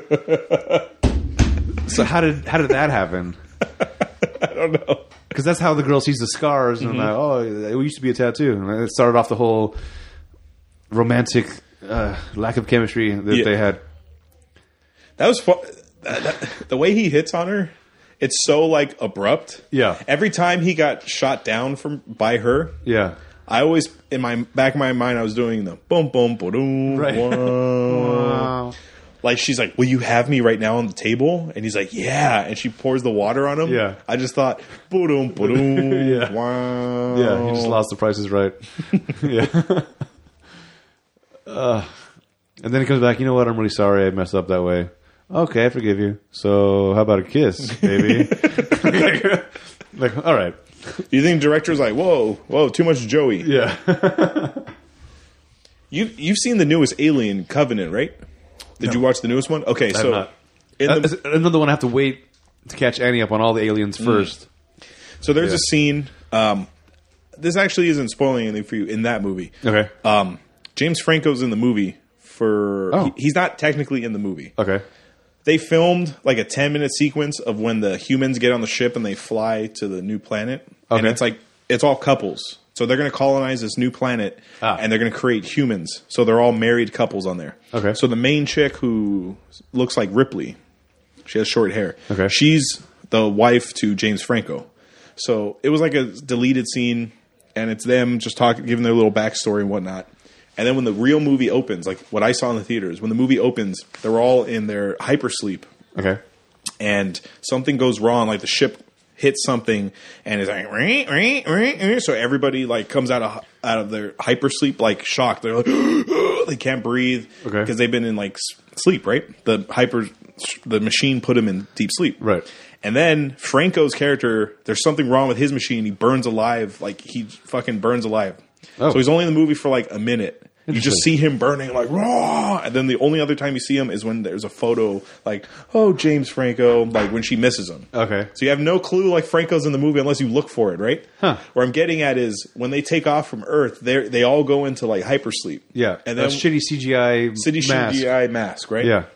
S2: so how did how did that happen?
S1: [LAUGHS] I don't know. Mm-hmm.
S2: Because that's how the girl sees the scars, and I'm like, oh, it used to be a tattoo, and it started off the whole romantic uh, lack of chemistry that
S1: Yeah.
S2: they had.
S1: That was fu- that- that- the way he hits on her. It's so like abrupt.
S2: Yeah.
S1: Every time he got shot down from by her,
S2: Yeah,
S1: I always in my back of my mind I was doing the boom boom boom
S2: Right.
S1: like she's like, "Will you have me right now on the table?" And he's like, "Yeah." And she pours the water on him.
S2: Yeah.
S1: I just thought, boom, boom,
S2: [LAUGHS] Yeah.
S1: wow.
S2: yeah. He just lost the prices [LAUGHS] right. yeah. uh, and then he comes back. You know what? I'm really sorry. I messed up that way. Okay, I forgive you. So how about a kiss, [LAUGHS] baby? like, all right.
S1: You think the director's like, "Whoa, whoa, too much Joey."
S2: Yeah.
S1: You you've seen the newest Alien Covenant, right? Did you watch the newest one? Okay, so
S2: not.
S1: in
S2: Uh,
S1: the
S2: is- another one I have to wait to catch Annie up on all the aliens first.
S1: So there's
S2: Yeah.
S1: a scene. Um, this actually isn't spoiling anything for you in that movie.
S2: Okay.
S1: Um, James Franco's in the movie for.
S2: Oh.
S1: he- he's not technically in the movie.
S2: Okay.
S1: They filmed like a 10 minute sequence of when the humans get on the ship and they fly to the new planet. And
S2: Okay.
S1: it's like, it's all couples. So they're going to colonize this new planet
S2: Ah.
S1: and they're going to create humans. So they're all married couples on there.
S2: Okay.
S1: So the main chick who looks like Ripley, she has short hair.
S2: Okay.
S1: She's the wife to James Franco. So it was like a deleted scene, and it's them just talking, giving their little backstory and whatnot. And then when the real movie opens, like what I saw in the theaters, when the movie opens, they're all in their hypersleep,
S2: Okay.
S1: and something goes wrong, like the ship hits something, and it's like, "Ree, ree, ree, ree." so everybody like comes out of out of their hypersleep like shocked. They're like, [GASPS] they can't breathe
S2: Okay.
S1: because they've been in like s- sleep, right? The hyper, the machine put them in deep sleep,
S2: Right.
S1: and then Franco's character, there's something wrong with his machine. He burns alive, like he fucking burns alive.
S2: Oh.
S1: So he's only in the movie for like a minute. You just
S2: Interesting.
S1: see him burning like raw, and then the only other time you see him is when there's a photo like, oh James Franco, like when she misses him.
S2: Okay.
S1: So you have no clue like Franco's in the movie unless you look for it, right?
S2: Huh.
S1: Where I'm getting at is when they take off from Earth, they they all go into like hypersleep.
S2: Yeah.
S1: and
S2: a
S1: then
S2: shitty CGI
S1: city
S2: mask.
S1: CGI mask, right?
S2: Yeah.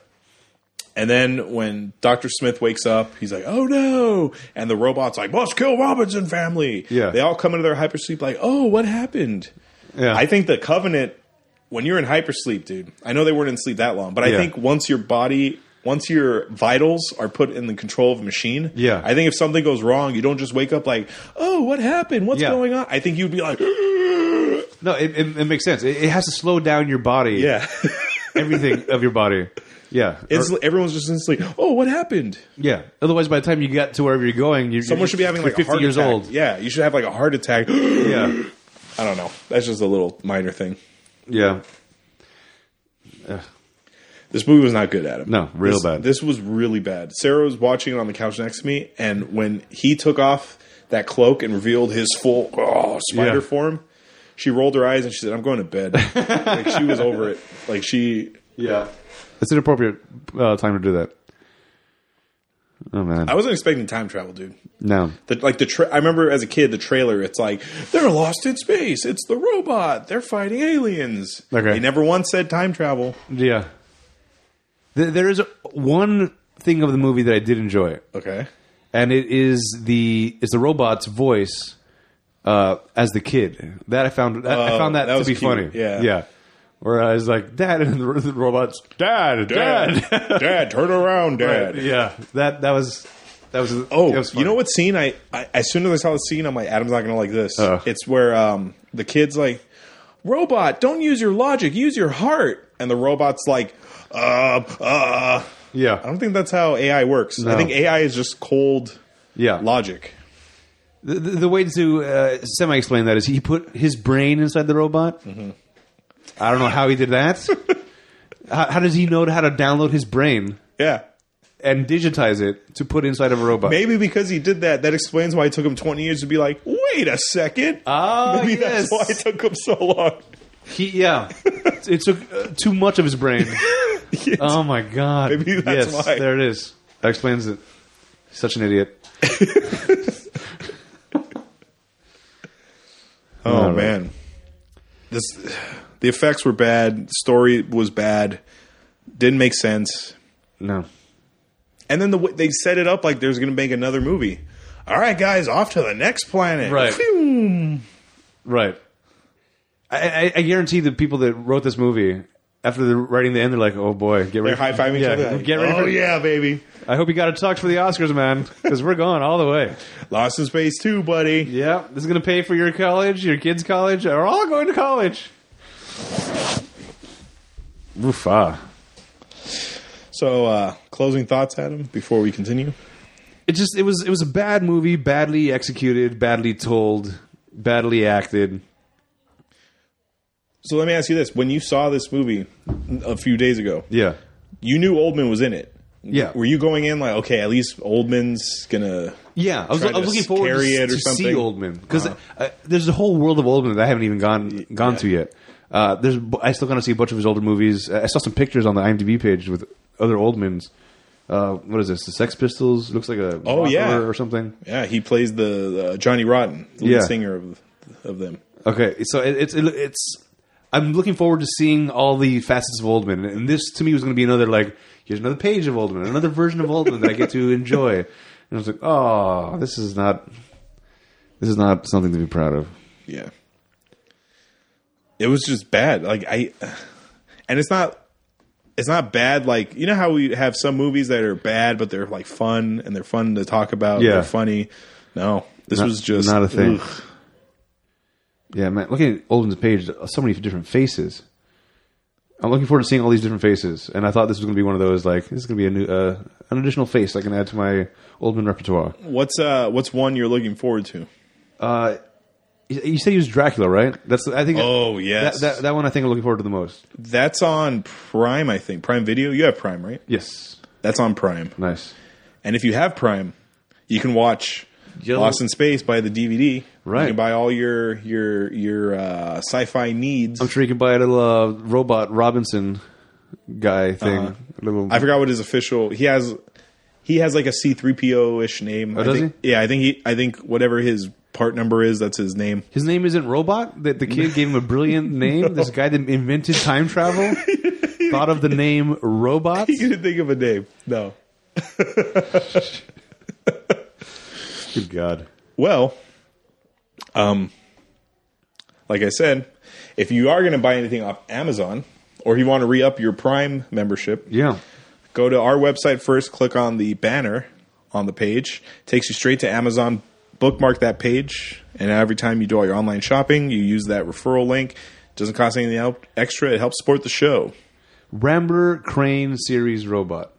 S1: And then when Dr. Smith wakes up, he's like, oh no. And the robot's like, must kill Robinson family.
S2: Yeah.
S1: They all come into their hypersleep, like, oh, what happened?
S2: Yeah.
S1: I think the Covenant, when you're in hypersleep, dude, I know they weren't in sleep that long, but I
S2: Yeah.
S1: think once your body, once your vitals are put in the control of a machine,
S2: Yeah.
S1: I think if something goes wrong, you don't just wake up like, oh, what happened? What's
S2: Yeah.
S1: going on? I think you'd be like, [GASPS]
S2: [LAUGHS] no, it, it, it makes sense. It, it has to slow down your body
S1: yeah.
S2: everything of your body. Yeah,
S1: It's,
S2: Or-
S1: everyone's just instantly, oh, what happened?
S2: yeah. Otherwise, by the time you get to wherever you're going, you're,
S1: Someone should be having
S2: you're
S1: like a heart
S2: years
S1: attack.
S2: old.
S1: Yeah, you should have like a heart attack. [GASPS] I
S2: Yeah,
S1: don't know. That's just a little minor thing.
S2: yeah.
S1: This movie was not good at him.
S2: No, real
S1: This-
S2: bad.
S1: This was really bad. Sarah was watching it on the couch next to me, and when he took off that cloak and revealed his full oh, spider
S2: Yeah.
S1: form, she rolled her eyes and she said, "I'm going to
S2: [LAUGHS]
S1: bed." like she was over it. Like she,
S2: Yeah. It's an appropriate uh, time to do that. Oh, man.
S1: I wasn't expecting time travel, dude.
S2: no.
S1: The, like the, tra- I remember as a kid, the trailer. It's like they're lost in space. It's the robot. They're fighting aliens.
S2: Okay.
S1: They never once said time travel.
S2: Yeah. There, there is one thing of the movie that I did enjoy,
S1: Okay.
S2: and it is the it's the robot's voice uh, as the kid. That I found that, I
S1: Oh,
S2: found that,
S1: that
S2: to
S1: was
S2: be
S1: cute.
S2: funny.
S1: Yeah.
S2: Yeah. Where I was like, Dad, [LAUGHS] and the, the robot's Dad, Dad. [LAUGHS]
S1: Dad, Dad, turn around, Dad.
S2: yeah. That that was that was
S1: Oh,
S2: that was
S1: you
S2: funny.
S1: know what scene? I, I as soon as I saw the scene, I'm like, Adam's not gonna like this.
S2: Uh.
S1: It's where um the kid's like, robot, don't use your logic, use your heart, and the robot's like, uh, uh.
S2: Yeah.
S1: I don't think that's how AI works. I
S2: No.
S1: think AI is just cold
S2: yeah.
S1: logic.
S2: The, the the way to uh, semi explain that is he put his brain inside the robot.
S1: Mm-hmm.
S2: I don't know how he
S1: [LAUGHS]
S2: did that. how, how does he know how to download his brain
S1: Yeah.
S2: and digitize it to put inside of a robot?
S1: Maybe because he did that, that explains why it took him 20 years to be like, wait a second.
S2: Ah,
S1: Maybe
S2: yes.
S1: that's why it took him so long.
S2: He,
S1: [LAUGHS]
S2: yeah. it took uh, too much of his brain. Oh my god.
S1: Maybe that's
S2: yes,
S1: why.
S2: There it is. That explains it. Such an idiot.
S1: Oh
S2: All right.
S1: man, this the effects were bad. The story was bad. Didn't make sense.
S2: No.
S1: And then the w- they set it up like there's going to make another movie. All right, guys, off to the next planet.
S2: Right.
S1: Phew.
S2: Right. I, I, I guarantee the people that wrote this movie after the, writing the end, they're like, "Oh boy, get ready!"
S1: They're high fiving
S2: yeah,
S1: each other.
S2: Get ready
S1: oh
S2: for
S1: yeah, baby.
S2: I hope you got it tucked for the Oscars, man, because we're going all the way.
S1: Lost in Space too, buddy.
S2: Yeah, this is going to pay for your college, your kids' college. We're all going to college. Oof, ah.
S1: So, uh, closing thoughts, Adam, before we continue.
S2: It just it was it was a bad movie, badly executed, badly told, badly acted.
S1: So let me ask you this: When you saw this movie a few days ago,
S2: Yeah,
S1: you knew Oldman was in it.
S2: yeah,
S1: Were you going in like, okay, at least Oldman's gonna?
S2: yeah. I was,
S1: Try
S2: I
S1: to
S2: was looking forward
S1: carry
S2: to,
S1: it or
S2: to see
S1: something? Uh-huh.
S2: Oldman because uh, there's a whole world of Oldman that I haven't even gone gone to yet. Uh, there's I still got to see a bunch of his older movies. Uh, I saw some pictures on the IMDb page with other Oldmans. Uh, what is this? The Sex Pistols looks like a
S1: Oh,
S2: rock
S1: yeah.
S2: opera or something.
S1: Yeah, he plays the uh, Johnny Rotten, the lead
S2: Yeah.
S1: singer of of them.
S2: Okay, so it, it's it, it's. I'm looking forward to seeing all the facets of Oldman, and this to me was going to be another like here's another page of Oldman, another version of Oldman that I
S1: [LAUGHS]
S2: get to enjoy. And I was like, oh, this is not this is not something to be proud of.
S1: Yeah. It was just bad. Like I and it's not it's not bad like you know how we have some movies that are bad but they're like fun and they're fun to talk about,
S2: Yeah.
S1: they're funny. No. This
S2: Not-
S1: was just
S2: not a thing.
S1: ugh.
S2: Yeah, man, looking at Oldman's page, uh, so many different faces. I'm looking forward to seeing all these different faces, and I thought this was going to be one of those like this is going to be a new uh, an additional face I can add to my Oldman repertoire.
S1: What's uh what's one you're looking forward to?
S2: Uh, you you said he was Dracula, right? That's I think.
S1: Oh,
S2: that,
S1: yes.
S2: that that one I think I'm looking forward to the most.
S1: That's on Prime, I think. Prime Video. You have Prime, right?
S2: Yes.
S1: That's on Prime.
S2: Nice.
S1: And if you have Prime, you can watch
S2: Yo.
S1: Lost in Space by the DVD.
S2: Right.
S1: You can buy all your your your uh, sci-fi needs.
S2: I'm Oh, sure you can buy a little uh, robot Robinson guy thing. A little.
S1: Uh-huh. I forgot what his official. He has he has like a C three PO ish name. I
S2: Oh, does
S1: think, Yeah, I think he. I think whatever his part number is, that's his name. [LAUGHS]
S2: his name isn't Robot. That the kid gave him a [LAUGHS] brilliant name. This guy that invented time [LAUGHS] travel thought of the name Robot.
S1: You didn't think of a name, no.
S2: [LAUGHS] Good God.
S1: Well, um, like I said, if you are going to buy anything off Amazon, or you want to re up your Prime membership,
S2: Yeah.
S1: go to our website first. Click on the banner on the page. Takes you straight to Amazon. Bookmark that page, and every time you do all your online shopping, you use that referral link. Doesn't cost anything out- extra. It helps support the show.
S2: Rambler Crane series robot.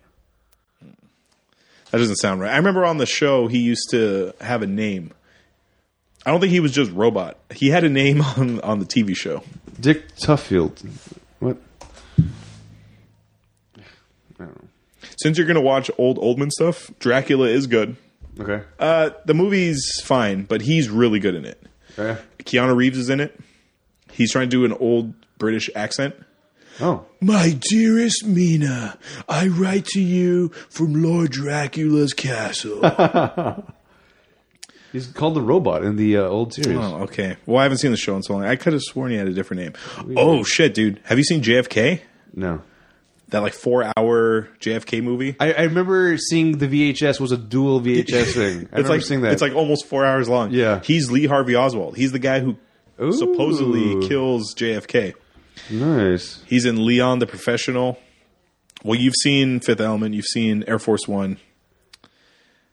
S1: That doesn't sound right. I remember on the show he used to have a name. I don't think he was just robot. He had a name [LAUGHS] on on the TV show.
S2: Dick Tuffield. What? I don't
S1: Since you're gonna watch old Oldman stuff, Dracula is good.
S2: know. Okay.
S1: Uh, the movie's fine, but he's really good in it.
S2: okay.
S1: Keanu Reeves is in it. He's trying to do an old British accent.
S2: Oh.
S1: My dearest Mina, I write to you from Lord Dracula's castle.
S2: He's called the robot in the uh, old series.
S1: [LAUGHS] Oh, okay. Well, I haven't seen the show in so long. I could have sworn he had a different name. Oh shit, dude! Have you seen JFK?
S2: No.
S1: That like four-hour JFK movie.
S2: I, I remember seeing the VHS was a dual [LAUGHS] VHS thing. I
S1: it's
S2: remember
S1: like
S2: seeing that.
S1: it's like almost four hours long.
S2: Yeah.
S1: he's Lee Harvey Oswald. He's the guy who
S2: Ooh.
S1: supposedly kills JFK.
S2: nice.
S1: He's in Leon the Professional. Well, you've seen Fifth Element. You've seen Air Force One.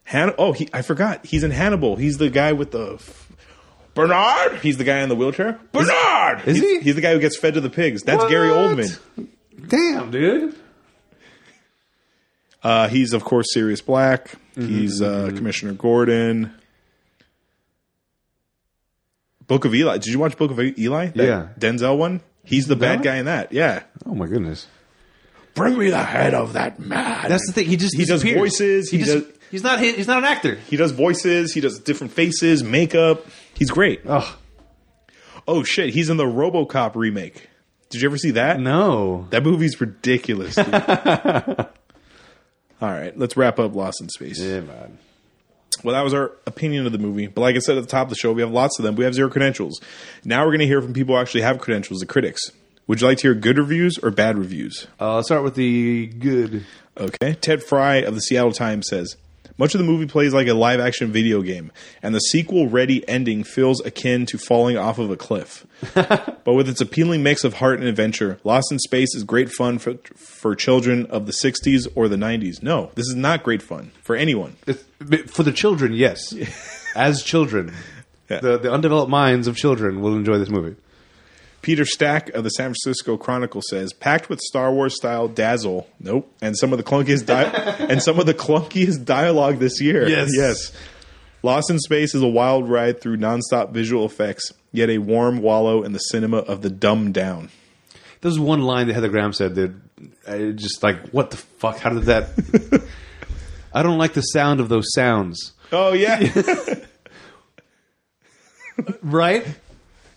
S1: Han- oh, he, I forgot. He's in Hannibal. He's the guy with the. F- Bernard? He's the guy in the wheelchair? Bernard!
S2: is
S1: he's,
S2: he?
S1: He's the guy who gets fed to the pigs. That's Gary
S2: What?
S1: Oldman.
S2: Damn, dude.
S1: Uh, he's, of course, Sirius Black. He's uh, Commissioner Gordon. Book of Eli. Did you watch Book of Eli? That
S2: Yeah.
S1: Denzel one? He's the bad
S2: That?
S1: guy in that. Yeah.
S2: Oh my goodness.
S1: Bring me the head of that man.
S2: That's the thing. He just
S1: He does
S2: disappears.
S1: voices, he
S2: just-
S1: does-
S2: He's not. He's not an actor.
S1: He does voices. He does different faces, makeup. He's great.
S2: Oh
S1: Oh shit, he's in the RoboCop remake. Did you ever see that?
S2: no.
S1: That movie's ridiculous.
S2: [LAUGHS]
S1: dude. All right, let's wrap up Lost in Space.
S2: Yeah, man.
S1: Well, that was our opinion of the movie. But like I said at the top of the show, we have lots of them. We have zero credentials. Now we're going to hear from people who actually have credentials, the critics. Would you like to hear good reviews or bad reviews?
S2: Uh, let's start with the good.
S1: Okay. Ted Fry of the Seattle Times says Much of the movie plays like a live action video game, and the sequel ready ending feels akin to falling off of a cliff. but with its appealing mix of heart and adventure, Lost in Space is great fun for, for children of the 60s or the 90s. No, this is not great fun for anyone.
S2: It's- but For the children, yes. [LAUGHS] As children,
S1: Yeah.
S2: the the undeveloped minds of children will enjoy this movie.
S1: Peter Stack of the San Francisco Chronicle says, packed with Star Wars style dazzle, nope, and some of the clunkiest di- [LAUGHS] and some of the clunkiest dialogue this year.
S2: Yes.
S1: yes. Lost in Space is a wild ride through nonstop visual effects, yet a warm wallow in the cinema of the dumb down.
S2: There's one line that Heather Graham said that I just like, what the fuck? How did that? [LAUGHS] I don't like the sound of those sounds.
S1: Oh [LAUGHS] yeah,
S2: Right?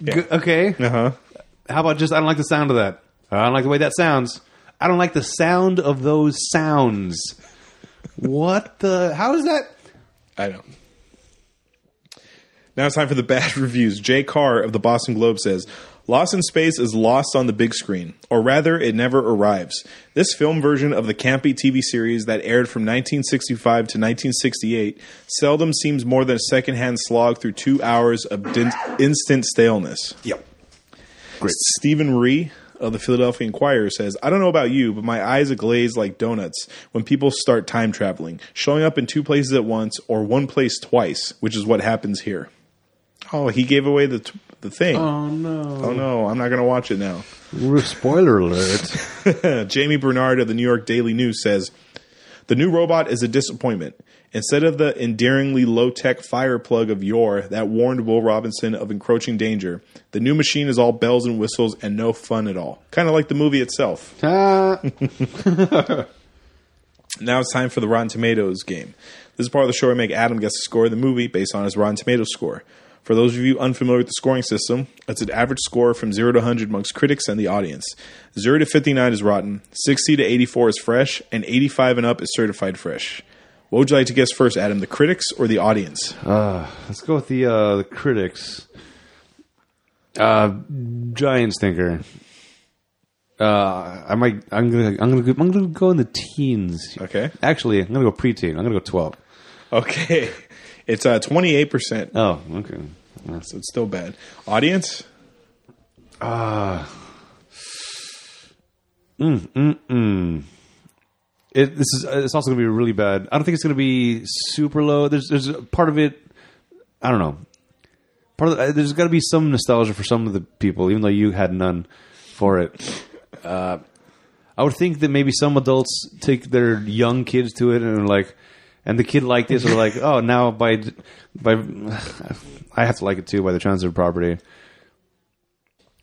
S2: Good- okay.
S1: uh huh.
S2: How about just I don't like the sound of that. I don't like the way that sounds. I don't like the sound of those sounds. [LAUGHS] What the? How is that?
S1: I know. Now it's time for the bad [LAUGHS] reviews. Jay Carr of the Boston Globe says Lost in Space is lost on the big screen, or rather, it never arrives. This film version of the campy TV series that aired from 1965 to 1968 seldom seems more than a secondhand slog through two hours of din- instant staleness.
S2: Yep.
S1: Stephen Ree of the Philadelphia Inquirer says, I don't know about you, but my eyes are glazed like donuts when people start time traveling, showing up in two places at once or one place twice, which is what happens here. Oh, he gave away the, t- the thing. Oh.
S2: Oh no!
S1: no, I'm not going to watch it now.
S2: Spoiler
S1: [LAUGHS]
S2: alert.
S1: Jamie Bernard of the New York Daily News says, The new robot is a disappointment. Instead of the endearingly low tech fire plug of yore that warned Will Robinson of encroaching danger, the new machine is all bells and whistles and no fun at all. Kind of like the movie itself.
S2: [LAUGHS] Ah.
S1: Now it's time for the Rotten Tomatoes game. This is part of the show where I make Adam guess the score of the movie based on his Rotten Tomatoes score. For those of you unfamiliar with the scoring system, it's an average score from 0 to 100 amongst critics and the audience. 0 to 59 is rotten, 60 to 84 is fresh, and 85 and up is certified fresh. What would you like to guess first, Adam, the critics or the audience?
S2: Let's go with the uh, the critics. Uh, giant stinker. Uh, I might. I'm gonna. I'm gonna. Go, I'm gonna go in the teens.
S1: Okay.
S2: Actually, I'm gonna go preteen. I'm gonna go twelve.
S1: Okay. [LAUGHS] It's uh, 28%,
S2: Oh, okay.
S1: so it's still bad. Audience?
S2: It, this is. uh, It's also gonna be really bad. I don't think it's gonna be super low. There's. There's a part of it. I don't know. Part of the, there's got to be some nostalgia for some of the people, even though you had none for it. Uh, I would think that maybe some adults take their young kids to it and are like, and the kid liked it, so they're like, oh, now by by, [SIGHS] I have to like it too by the transitive property.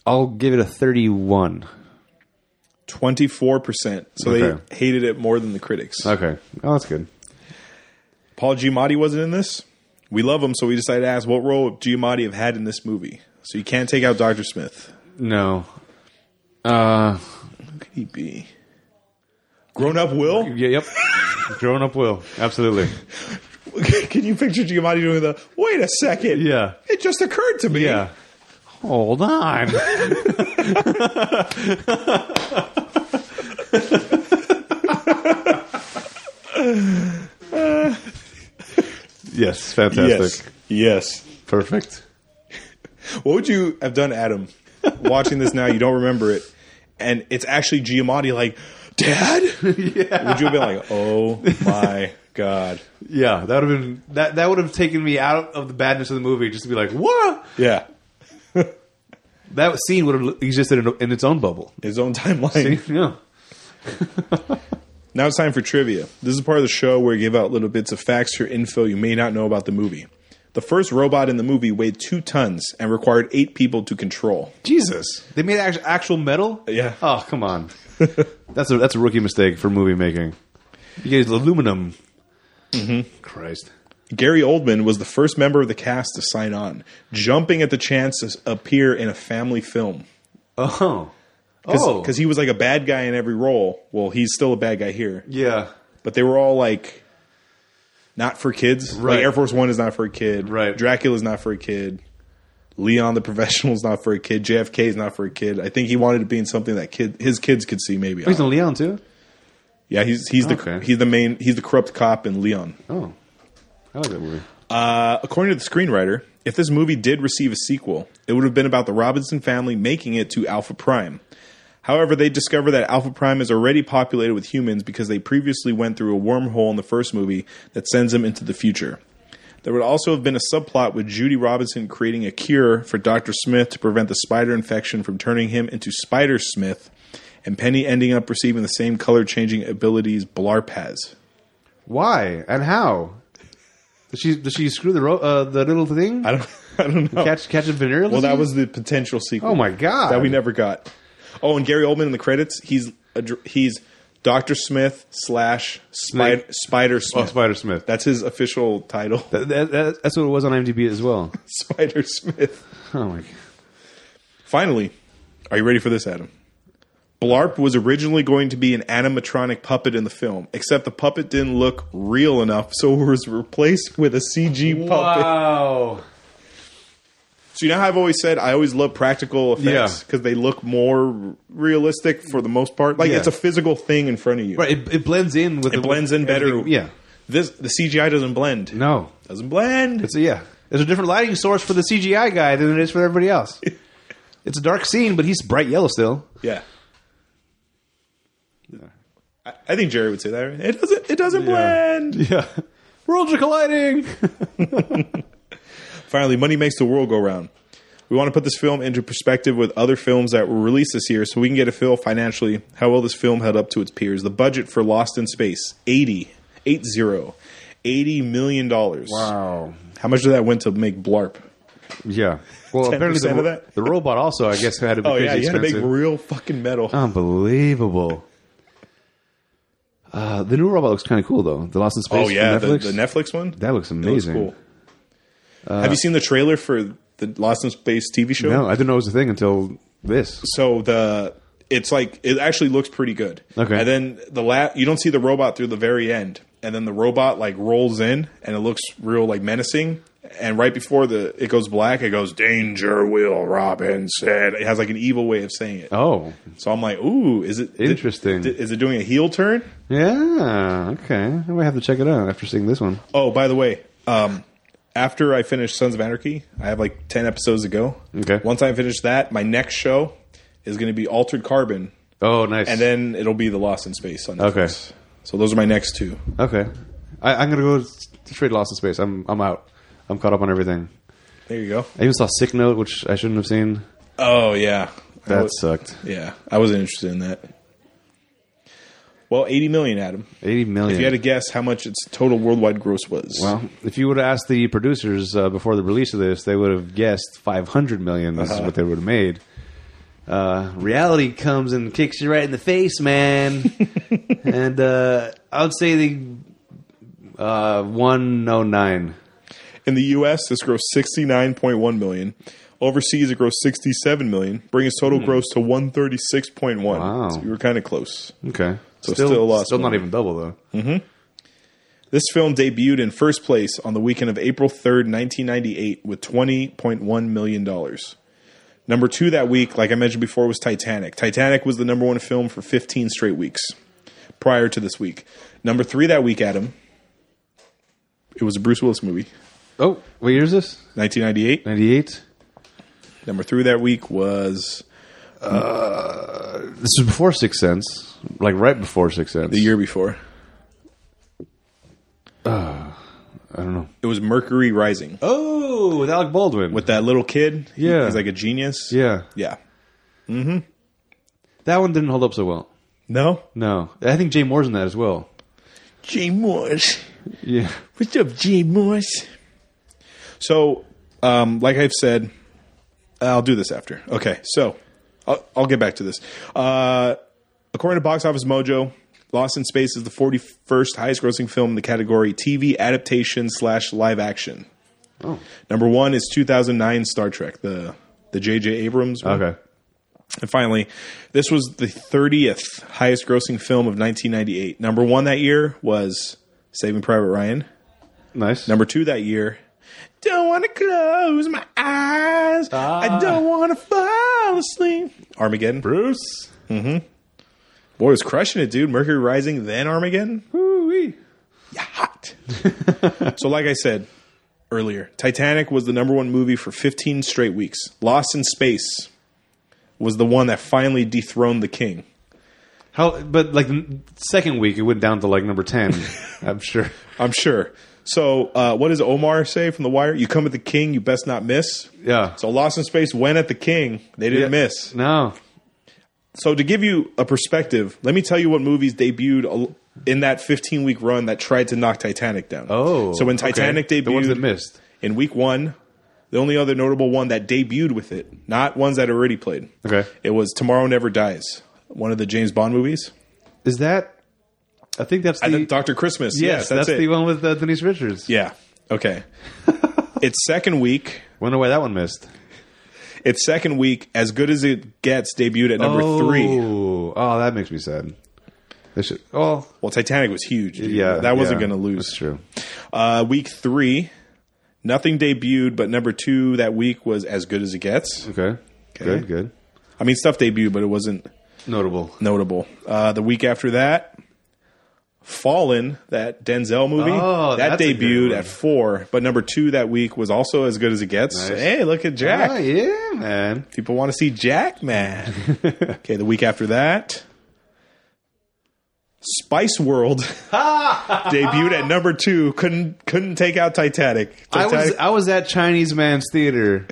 S2: I'll give it a thirty-one.
S1: 24%. So
S2: Okay.
S1: they hated it more than the critics.
S2: Okay, oh, that's good.
S1: Paul Giamatti wasn't in this. We love him, so we decided to ask what role would Giamatti have had in this movie. So you can't take out Dr. Smith.
S2: No, uh,
S1: Who could he be? Grown up Will? [LAUGHS]
S2: yeah, yep. Grown up will absolutely.
S1: Can you picture Giamatti doing the, wait a second.
S2: Yeah,
S1: It just occurred to me.
S2: yeah. Hold on. yes, fantastic.
S1: Yes. Yes.
S2: Perfect.
S1: What would you have done, Adam, watching this now? You don't remember it. And it's actually Giamatti like,
S2: [LAUGHS]
S1: Dad? Would you have been like, oh my God?
S2: Yeah, that would have been that. That would have taken me out of the badness of the movie just to be like, what?
S1: Yeah.
S2: That scene would have existed in, in its own bubble.
S1: His own timeline.
S2: Yeah.
S1: Now it's time for trivia. This is part of the show where we give out little bits of facts or info you may not know about the movie. The first robot in the movie weighed two tons and required eight people to control. Jesus.
S2: They made act- actual metal.
S1: Yeah.
S2: Oh
S1: [LAUGHS]
S2: come on, that's a that's a rookie mistake for movie making. You get aluminum. Mm-hmm. Christ.
S1: Gary Oldman was the first member of the cast to sign on, jumping at the chance to s- appear in a family film.
S2: Oh.
S1: Because
S2: oh.
S1: he was like a bad guy in every role. Well, he's still a bad guy here.
S2: yeah.
S1: But they were all like not for kids.
S2: Right.
S1: Like Air Force One is not for a kid.
S2: Right.
S1: Dracula's not for a kid. Leon the Professional is not for a kid. JFK is not for a kid. I think he wanted to be in something that kid his kids could see. Maybe I
S2: Oh, He's
S1: don't-
S2: in Leon too.
S1: yeah. He's he's the
S2: Okay.
S1: he's the main he's the corrupt cop in Leon.
S2: Oh. I like that movie.
S1: Uh, according to the screenwriter, if this movie did receive a sequel, it would have been about the Robinson family making it to Alpha Prime. However, they discover that Alpha Prime is already populated with humans because they previously went through a wormhole in the first movie that sends them into the future. There would also have been a subplot with Judy Robinson creating a cure for Dr. Smith to prevent the spider infection from turning him into Spider Smith, and Penny ending up receiving the same color changing abilities Blarp has. [LAUGHS]
S2: Why and how? Does she does she screw the ro- uh, the little thing?
S1: I don't, I don't know.
S2: catch catch a venereal?
S1: Well, that
S2: disease?
S1: was the potential sequel.
S2: Oh my god.
S1: that we never got. Oh, and Gary Oldman in the credits, he's a dr- he's Doctor Smith slash Spider
S2: Snake.
S1: Spider Smith.
S2: Oh, Spider Smith.
S1: That's his official title,
S2: That, that, that, that's what it was on IMDb as well.
S1: [LAUGHS]
S2: [LAUGHS]
S1: Spider Smith.
S2: Oh my god.
S1: Finally, are you ready for this, Adam? Blarp was originally going to be an animatronic puppet in the film, except the puppet didn't look real enough, so it was replaced with a CG puppet.
S2: Wow.
S1: So you know how I've always said I always love practical effects
S2: Yeah.
S1: because they look more r- realistic for the most part. Like
S2: Yeah.
S1: it's a physical thing in front of you.
S2: Right, it, it blends in with
S1: It blends in better.
S2: everything- Yeah.
S1: This the CGI doesn't blend.
S2: No.
S1: Doesn't blend.
S2: It's yeah. There's a different lighting source for the CGI guy than it is for
S1: [LAUGHS]
S2: everybody else. it's a dark scene, but he's bright yellow still.
S1: yeah. I, I think Jerry would say that. right? It doesn't. It doesn't blend.
S2: Yeah. Worlds are colliding.
S1: Finally, money makes the world go round. We want to put this film into perspective with other films that were released this year so we can get a feel financially how well this film held up to its peers. The budget for Lost in Space, 80, 80, 80 million dollars.
S2: Wow.
S1: How much of that went to make Blarp?
S2: [LAUGHS] Yeah. Well,
S1: 10%
S2: apparently the,
S1: of that?
S2: the robot also, I guess, had to
S1: [LAUGHS]
S2: be
S1: Oh
S2: crazy
S1: yeah, you had to
S2: expensive. Oh,
S1: make real fucking metal.
S2: Unbelievable. Uh, the new robot looks kind of cool, though. The Lost in Space.
S1: oh yeah,
S2: from Netflix.
S1: The, the Netflix one.
S2: that looks
S1: It looks
S2: amazing.
S1: cool. Have you seen the trailer for the Lost in Space TV show?
S2: No, I didn't know it was a thing until this.
S1: So the it's like it actually looks pretty good.
S2: Okay.
S1: And then the la- you don't see the robot through the very end, and then the robot like rolls in, and it looks real like menacing. And right before the it goes black, it goes danger. Will Robinson? It has like an evil way of saying it.
S2: Oh,
S1: So I'm like, ooh, is it did-
S2: Interesting.
S1: did- is it doing a heel turn?
S2: yeah. Okay, I might have to check it out after seeing this one.
S1: Oh, by the way, um, after I finish Sons of Anarchy, I have like ten episodes to go.
S2: Okay.
S1: Once I finish that, my next show is going to be Altered Carbon,
S2: Oh, nice.
S1: and then it'll be The Lost in Space on
S2: Okay.
S1: Netflix. So those are my next two.
S2: Okay, I, I'm gonna go to trade Lost in Space. I'm I'm out. I'm caught up on everything.
S1: There you go.
S2: I even saw Sick Note, which I shouldn't have seen.
S1: Oh yeah, I
S2: That
S1: was-
S2: sucked.
S1: yeah. I wasn't interested in that. Well, 80 million, Adam.
S2: Eighty million.
S1: If you had to guess how much its total worldwide gross was.
S2: well, if you would have asked the producers uh, before the release of this, they would have guessed five hundred million. This is
S1: Uh-huh.
S2: what they would have made. Uh, reality comes and kicks you right in the
S1: [LAUGHS]
S2: face, man. and uh, I would say the uh, one oh nine.
S1: In the U.S., this grossed 69.1 million. Overseas, it grossed 67 million, bringing its total gross to 136.1.
S2: Wow.
S1: So we were kind of close.
S2: Okay,
S1: So still a lot
S2: Still not
S1: smaller.
S2: even double though.
S1: This film debuted in first place on the weekend of April 3rd, 1998, with $20.1 million. Number two that week, like I mentioned before, was Titanic. Titanic was the number one film for 15 straight weeks prior to this week. Number three that week, Adam, it was a Bruce Willis movie,
S2: Oh, what year is this?
S1: 1998.
S2: Ninety eight.
S1: Number three that week was
S2: Uh, This is before Six Sense, like right before Six Sense.
S1: the year before.
S2: I don't know.
S1: It was Mercury Rising
S2: Oh, with Alec Baldwin.
S1: with that little kid. He-
S2: Yeah.
S1: he's like a genius.
S2: yeah,
S1: yeah.
S2: that one didn't hold up so well.
S1: No,
S2: No, I think Jay Moore's in that as well.
S1: Jay Morse.
S2: Yeah,
S1: What's up, Jay Morse? So, um, like I've said, I'll do this after. Okay, so I'll, I'll get back to this. Uh, according to Box Office Mojo, Lost in Space is the 41st highest grossing film in the category TV adaptation slash live action.
S2: Oh.
S1: Number one is 2009 Star Trek, the the J.J. Abrams. one.
S2: Okay.
S1: And finally, this was the 30th highest grossing film of 1998. Number one that year was Saving Private Ryan.
S2: Nice.
S1: Number two that year, Don't Want to Close My Eyes. I Don't Want to Fall Asleep. Armageddon. Mm-hmm.
S2: Bruce.
S1: Boy, it was crushing it, dude. Mercury Rising, then Armageddon.
S2: Woo-wee.
S1: Yeah, hot. [LAUGHS] so, like I said earlier, Titanic was the number one movie for 15 straight weeks. Lost in Space was the one that finally dethroned the king.
S2: How? But like the second week, it went down to like number ten. [LAUGHS] I'm sure.
S1: I'm sure. So, uh, what does Omar say from The Wire? You come at the king, you best not miss.
S2: Yeah.
S1: So, Lost in Space went at the king. They didn't
S2: Yeah.
S1: miss.
S2: No.
S1: So to give you a perspective, let me tell you what movies debuted al- in that 15 week run that tried to knock Titanic down.
S2: Oh.
S1: so when
S2: okay.
S1: Titanic
S2: the ones that
S1: debuted
S2: missed.
S1: in week one, the only other notable one that debuted with it, not ones that already played,
S2: Okay.
S1: it was Tomorrow Never Dies, one of the James Bond movies.
S2: Is that? I think that's the.
S1: I think Doctor Christmas. Yes, that's, it.
S2: the one with uh, Denise Richards.
S1: yeah.
S2: [LAUGHS]
S1: Okay. its second week,
S2: Wonder why that one missed.
S1: its second week, as good as it gets, debuted at number three.
S2: Oh, oh, that makes me sad. They should. Oh,
S1: Well, Titanic was huge. dude.
S2: yeah.
S1: that wasn't
S2: yeah,
S1: going to lose.
S2: That's true.
S1: Uh, week three, nothing debuted, but number two that week was as good as it gets.
S2: Okay. Good. Good.
S1: I mean, stuff debuted, but it wasn't
S2: Notable.
S1: notable. Uh, the week after that, Fallen, that Denzel movie,
S2: Oh,
S1: that
S2: that's a good
S1: debuted
S2: one.
S1: at four, but number two that week was also as good as it gets.
S2: Nice.
S1: Hey, look at Jack.
S2: Oh, yeah, man.
S1: People want to see Jack,
S2: [LAUGHS]
S1: man. okay, the week after that, Spice
S2: [LAUGHS]
S1: World debuted at number two. Couldn't couldn't take out Titanic.
S2: I was
S1: Titanic-
S2: I was at Chinese Man's Theater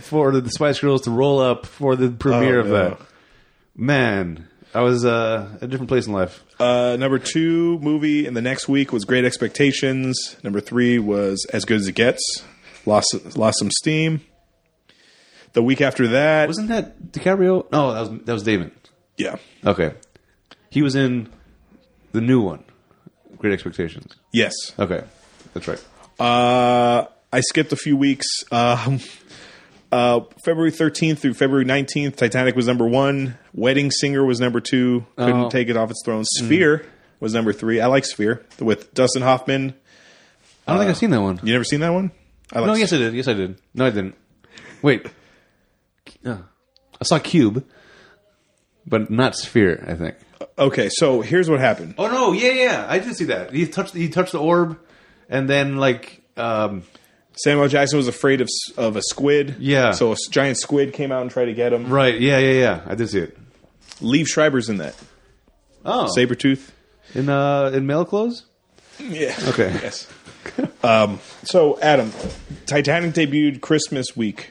S2: for the Spice Girls to roll up for the premiere
S1: Oh,
S2: of
S1: no.
S2: that. Man, I was uh, at a different place in life.
S1: Uh, number two movie in the next week was Great Expectations. Number three was As Good as It Gets. Lost lost some steam. The week after that,
S2: Wasn't that DiCaprio? No, that was that was Damon.
S1: yeah,
S2: Okay, he was in the new one, Great Expectations.
S1: yes.
S2: Okay, that's right.
S1: Uh, I skipped a few weeks. Um, uh, February thirteenth through February nineteenth, Titanic was number one. Wedding Singer was number two. Couldn't
S2: Oh.
S1: take it off its throne. Sphere was number three. I like Sphere with Dustin Hoffman.
S2: I don't think I've seen that one.
S1: You never seen that one? I like
S2: No, yes I did. Yes I did. No, I didn't. Wait, no, I saw Cube, but not Sphere. I think.
S1: Okay, so here's what happened.
S2: Oh no, yeah, yeah, I did see that. He touched he touched the orb, and then like um,
S1: Samuel Jackson was afraid of of a squid.
S2: Yeah.
S1: So a s- giant squid came out and tried to get him.
S2: right, yeah, yeah, yeah, I did see it.
S1: Leave Schreiber's in that.
S2: Oh,
S1: Sabretooth.
S2: in uh in male clothes.
S1: Yeah.
S2: Okay.
S1: Yes. um, so Adam, Titanic debuted Christmas week,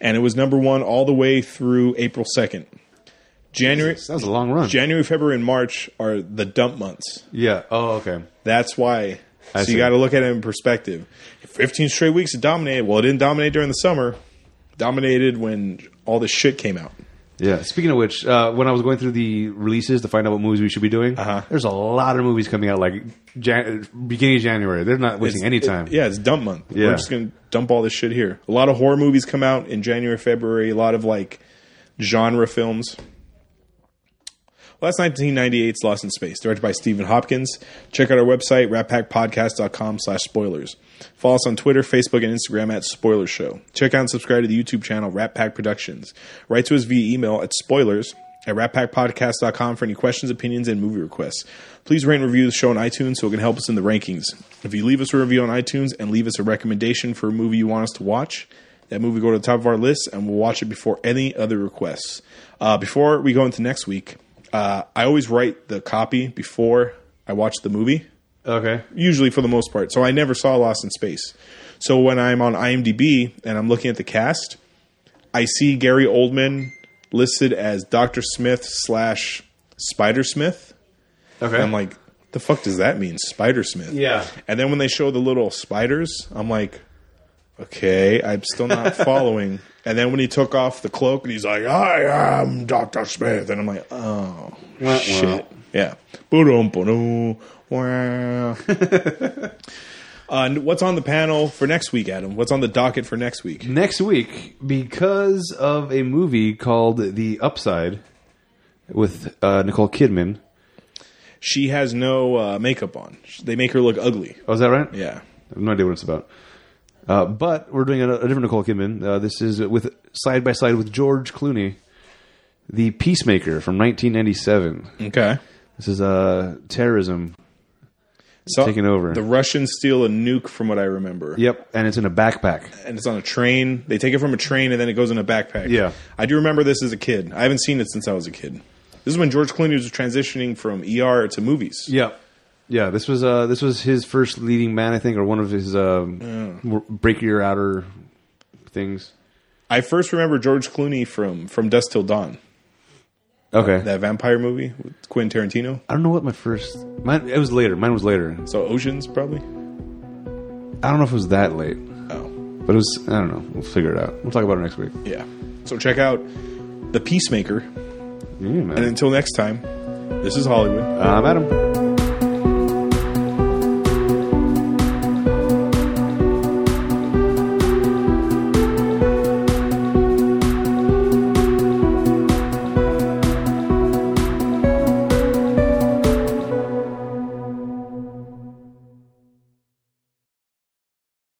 S1: and it was number one all the way through April second. January,
S2: That was a long run.
S1: January, February, and March are the dump months.
S2: yeah. Oh, okay.
S1: That's why. so
S2: I
S1: you
S2: see.
S1: got to look at it in perspective. 15 straight weeks it dominated. Well, it didn't dominate during the summer. Dominated when all this shit came out.
S2: Yeah. Speaking of which, uh, when I was going through the releases to find out what movies we should be doing,
S1: Uh-huh.
S2: there's a lot of movies coming out like Jan- beginning of January. They're not wasting any time.
S1: It- yeah, it's dump month.
S2: Yeah.
S1: We're just going to dump all this shit here. A lot of horror movies come out in January, February. A lot of like genre films. Well, that's 1998's Lost in Space, directed by Stephen Hopkins. Check out our website, ratpackpodcast.com slash spoilers. Follow us on Twitter, Facebook, and Instagram at Spoiler Show. Check out and subscribe to the YouTube channel, Rat Pack Productions. Write to us via email at spoilers at ratpackpodcast.com for any questions, opinions, and movie requests. Please rate and review the show on iTunes so it can help us in the rankings. If you leave us a review on iTunes and leave us a recommendation for a movie you want us to watch, that movie will go to the top of our list and we'll watch it before any other requests. Uh, before we go into next week, uh, I always write the copy before I watch the movie,
S2: Okay.
S1: usually for the most part. So I never saw Lost in Space. So when I'm on IMDb and I'm looking at the cast, I see Gary Oldman listed as Doctor Smith slash Spider Smith.
S2: Okay.
S1: And I'm like, the fuck does that mean, Spider Smith?
S2: Yeah.
S1: And then when they show the little spiders, I'm like, okay, I'm still not following. And then when he took off the cloak and he's like, I am Doctor Smith, and I'm like, oh
S2: Wah, wah.
S1: shit, yeah. Boom, boom, wow. Uh, what's on the panel for next week, Adam? What's on the docket for next week?
S2: next week because of a movie called The Upside with uh, Nicole Kidman.
S1: She has no uh, makeup on. They make her look ugly.
S2: Oh, is that right?
S1: Yeah.
S2: I have no idea what it's about. Uh, but we're doing a, a different Nicole Kidman. Uh, this is with side by side with George Clooney, The Peacemaker from 1997.
S1: Okay.
S2: This is uh, terrorism.
S1: So
S2: Taking over.
S1: The Russians steal a nuke, from what I remember.
S2: Yep, and it's in a backpack.
S1: and it's on a train. They take it from a train and then it goes in a backpack.
S2: Yeah.
S1: I do remember this as a kid. I haven't seen it since I was a kid. This is when George Clooney was transitioning from ER to movies.
S2: Yep. Yeah, this was uh, this was his first leading man, I think, or one of his um, w- break your outer things.
S1: I first remember George Clooney from From Dust Till Dawn,
S2: Okay,
S1: that vampire movie with Quentin Tarantino.
S2: I don't know what my first. Mine, it was later. Mine was later.
S1: So Oceans probably.
S2: I don't know if it was that late,
S1: Oh,
S2: but it was. I don't know. We'll figure it out. We'll talk about it next week.
S1: yeah. So check out The Peacemaker.
S2: Yeah, man. Uh,
S1: And until next time, this is Hollywood.
S2: I'm Adam.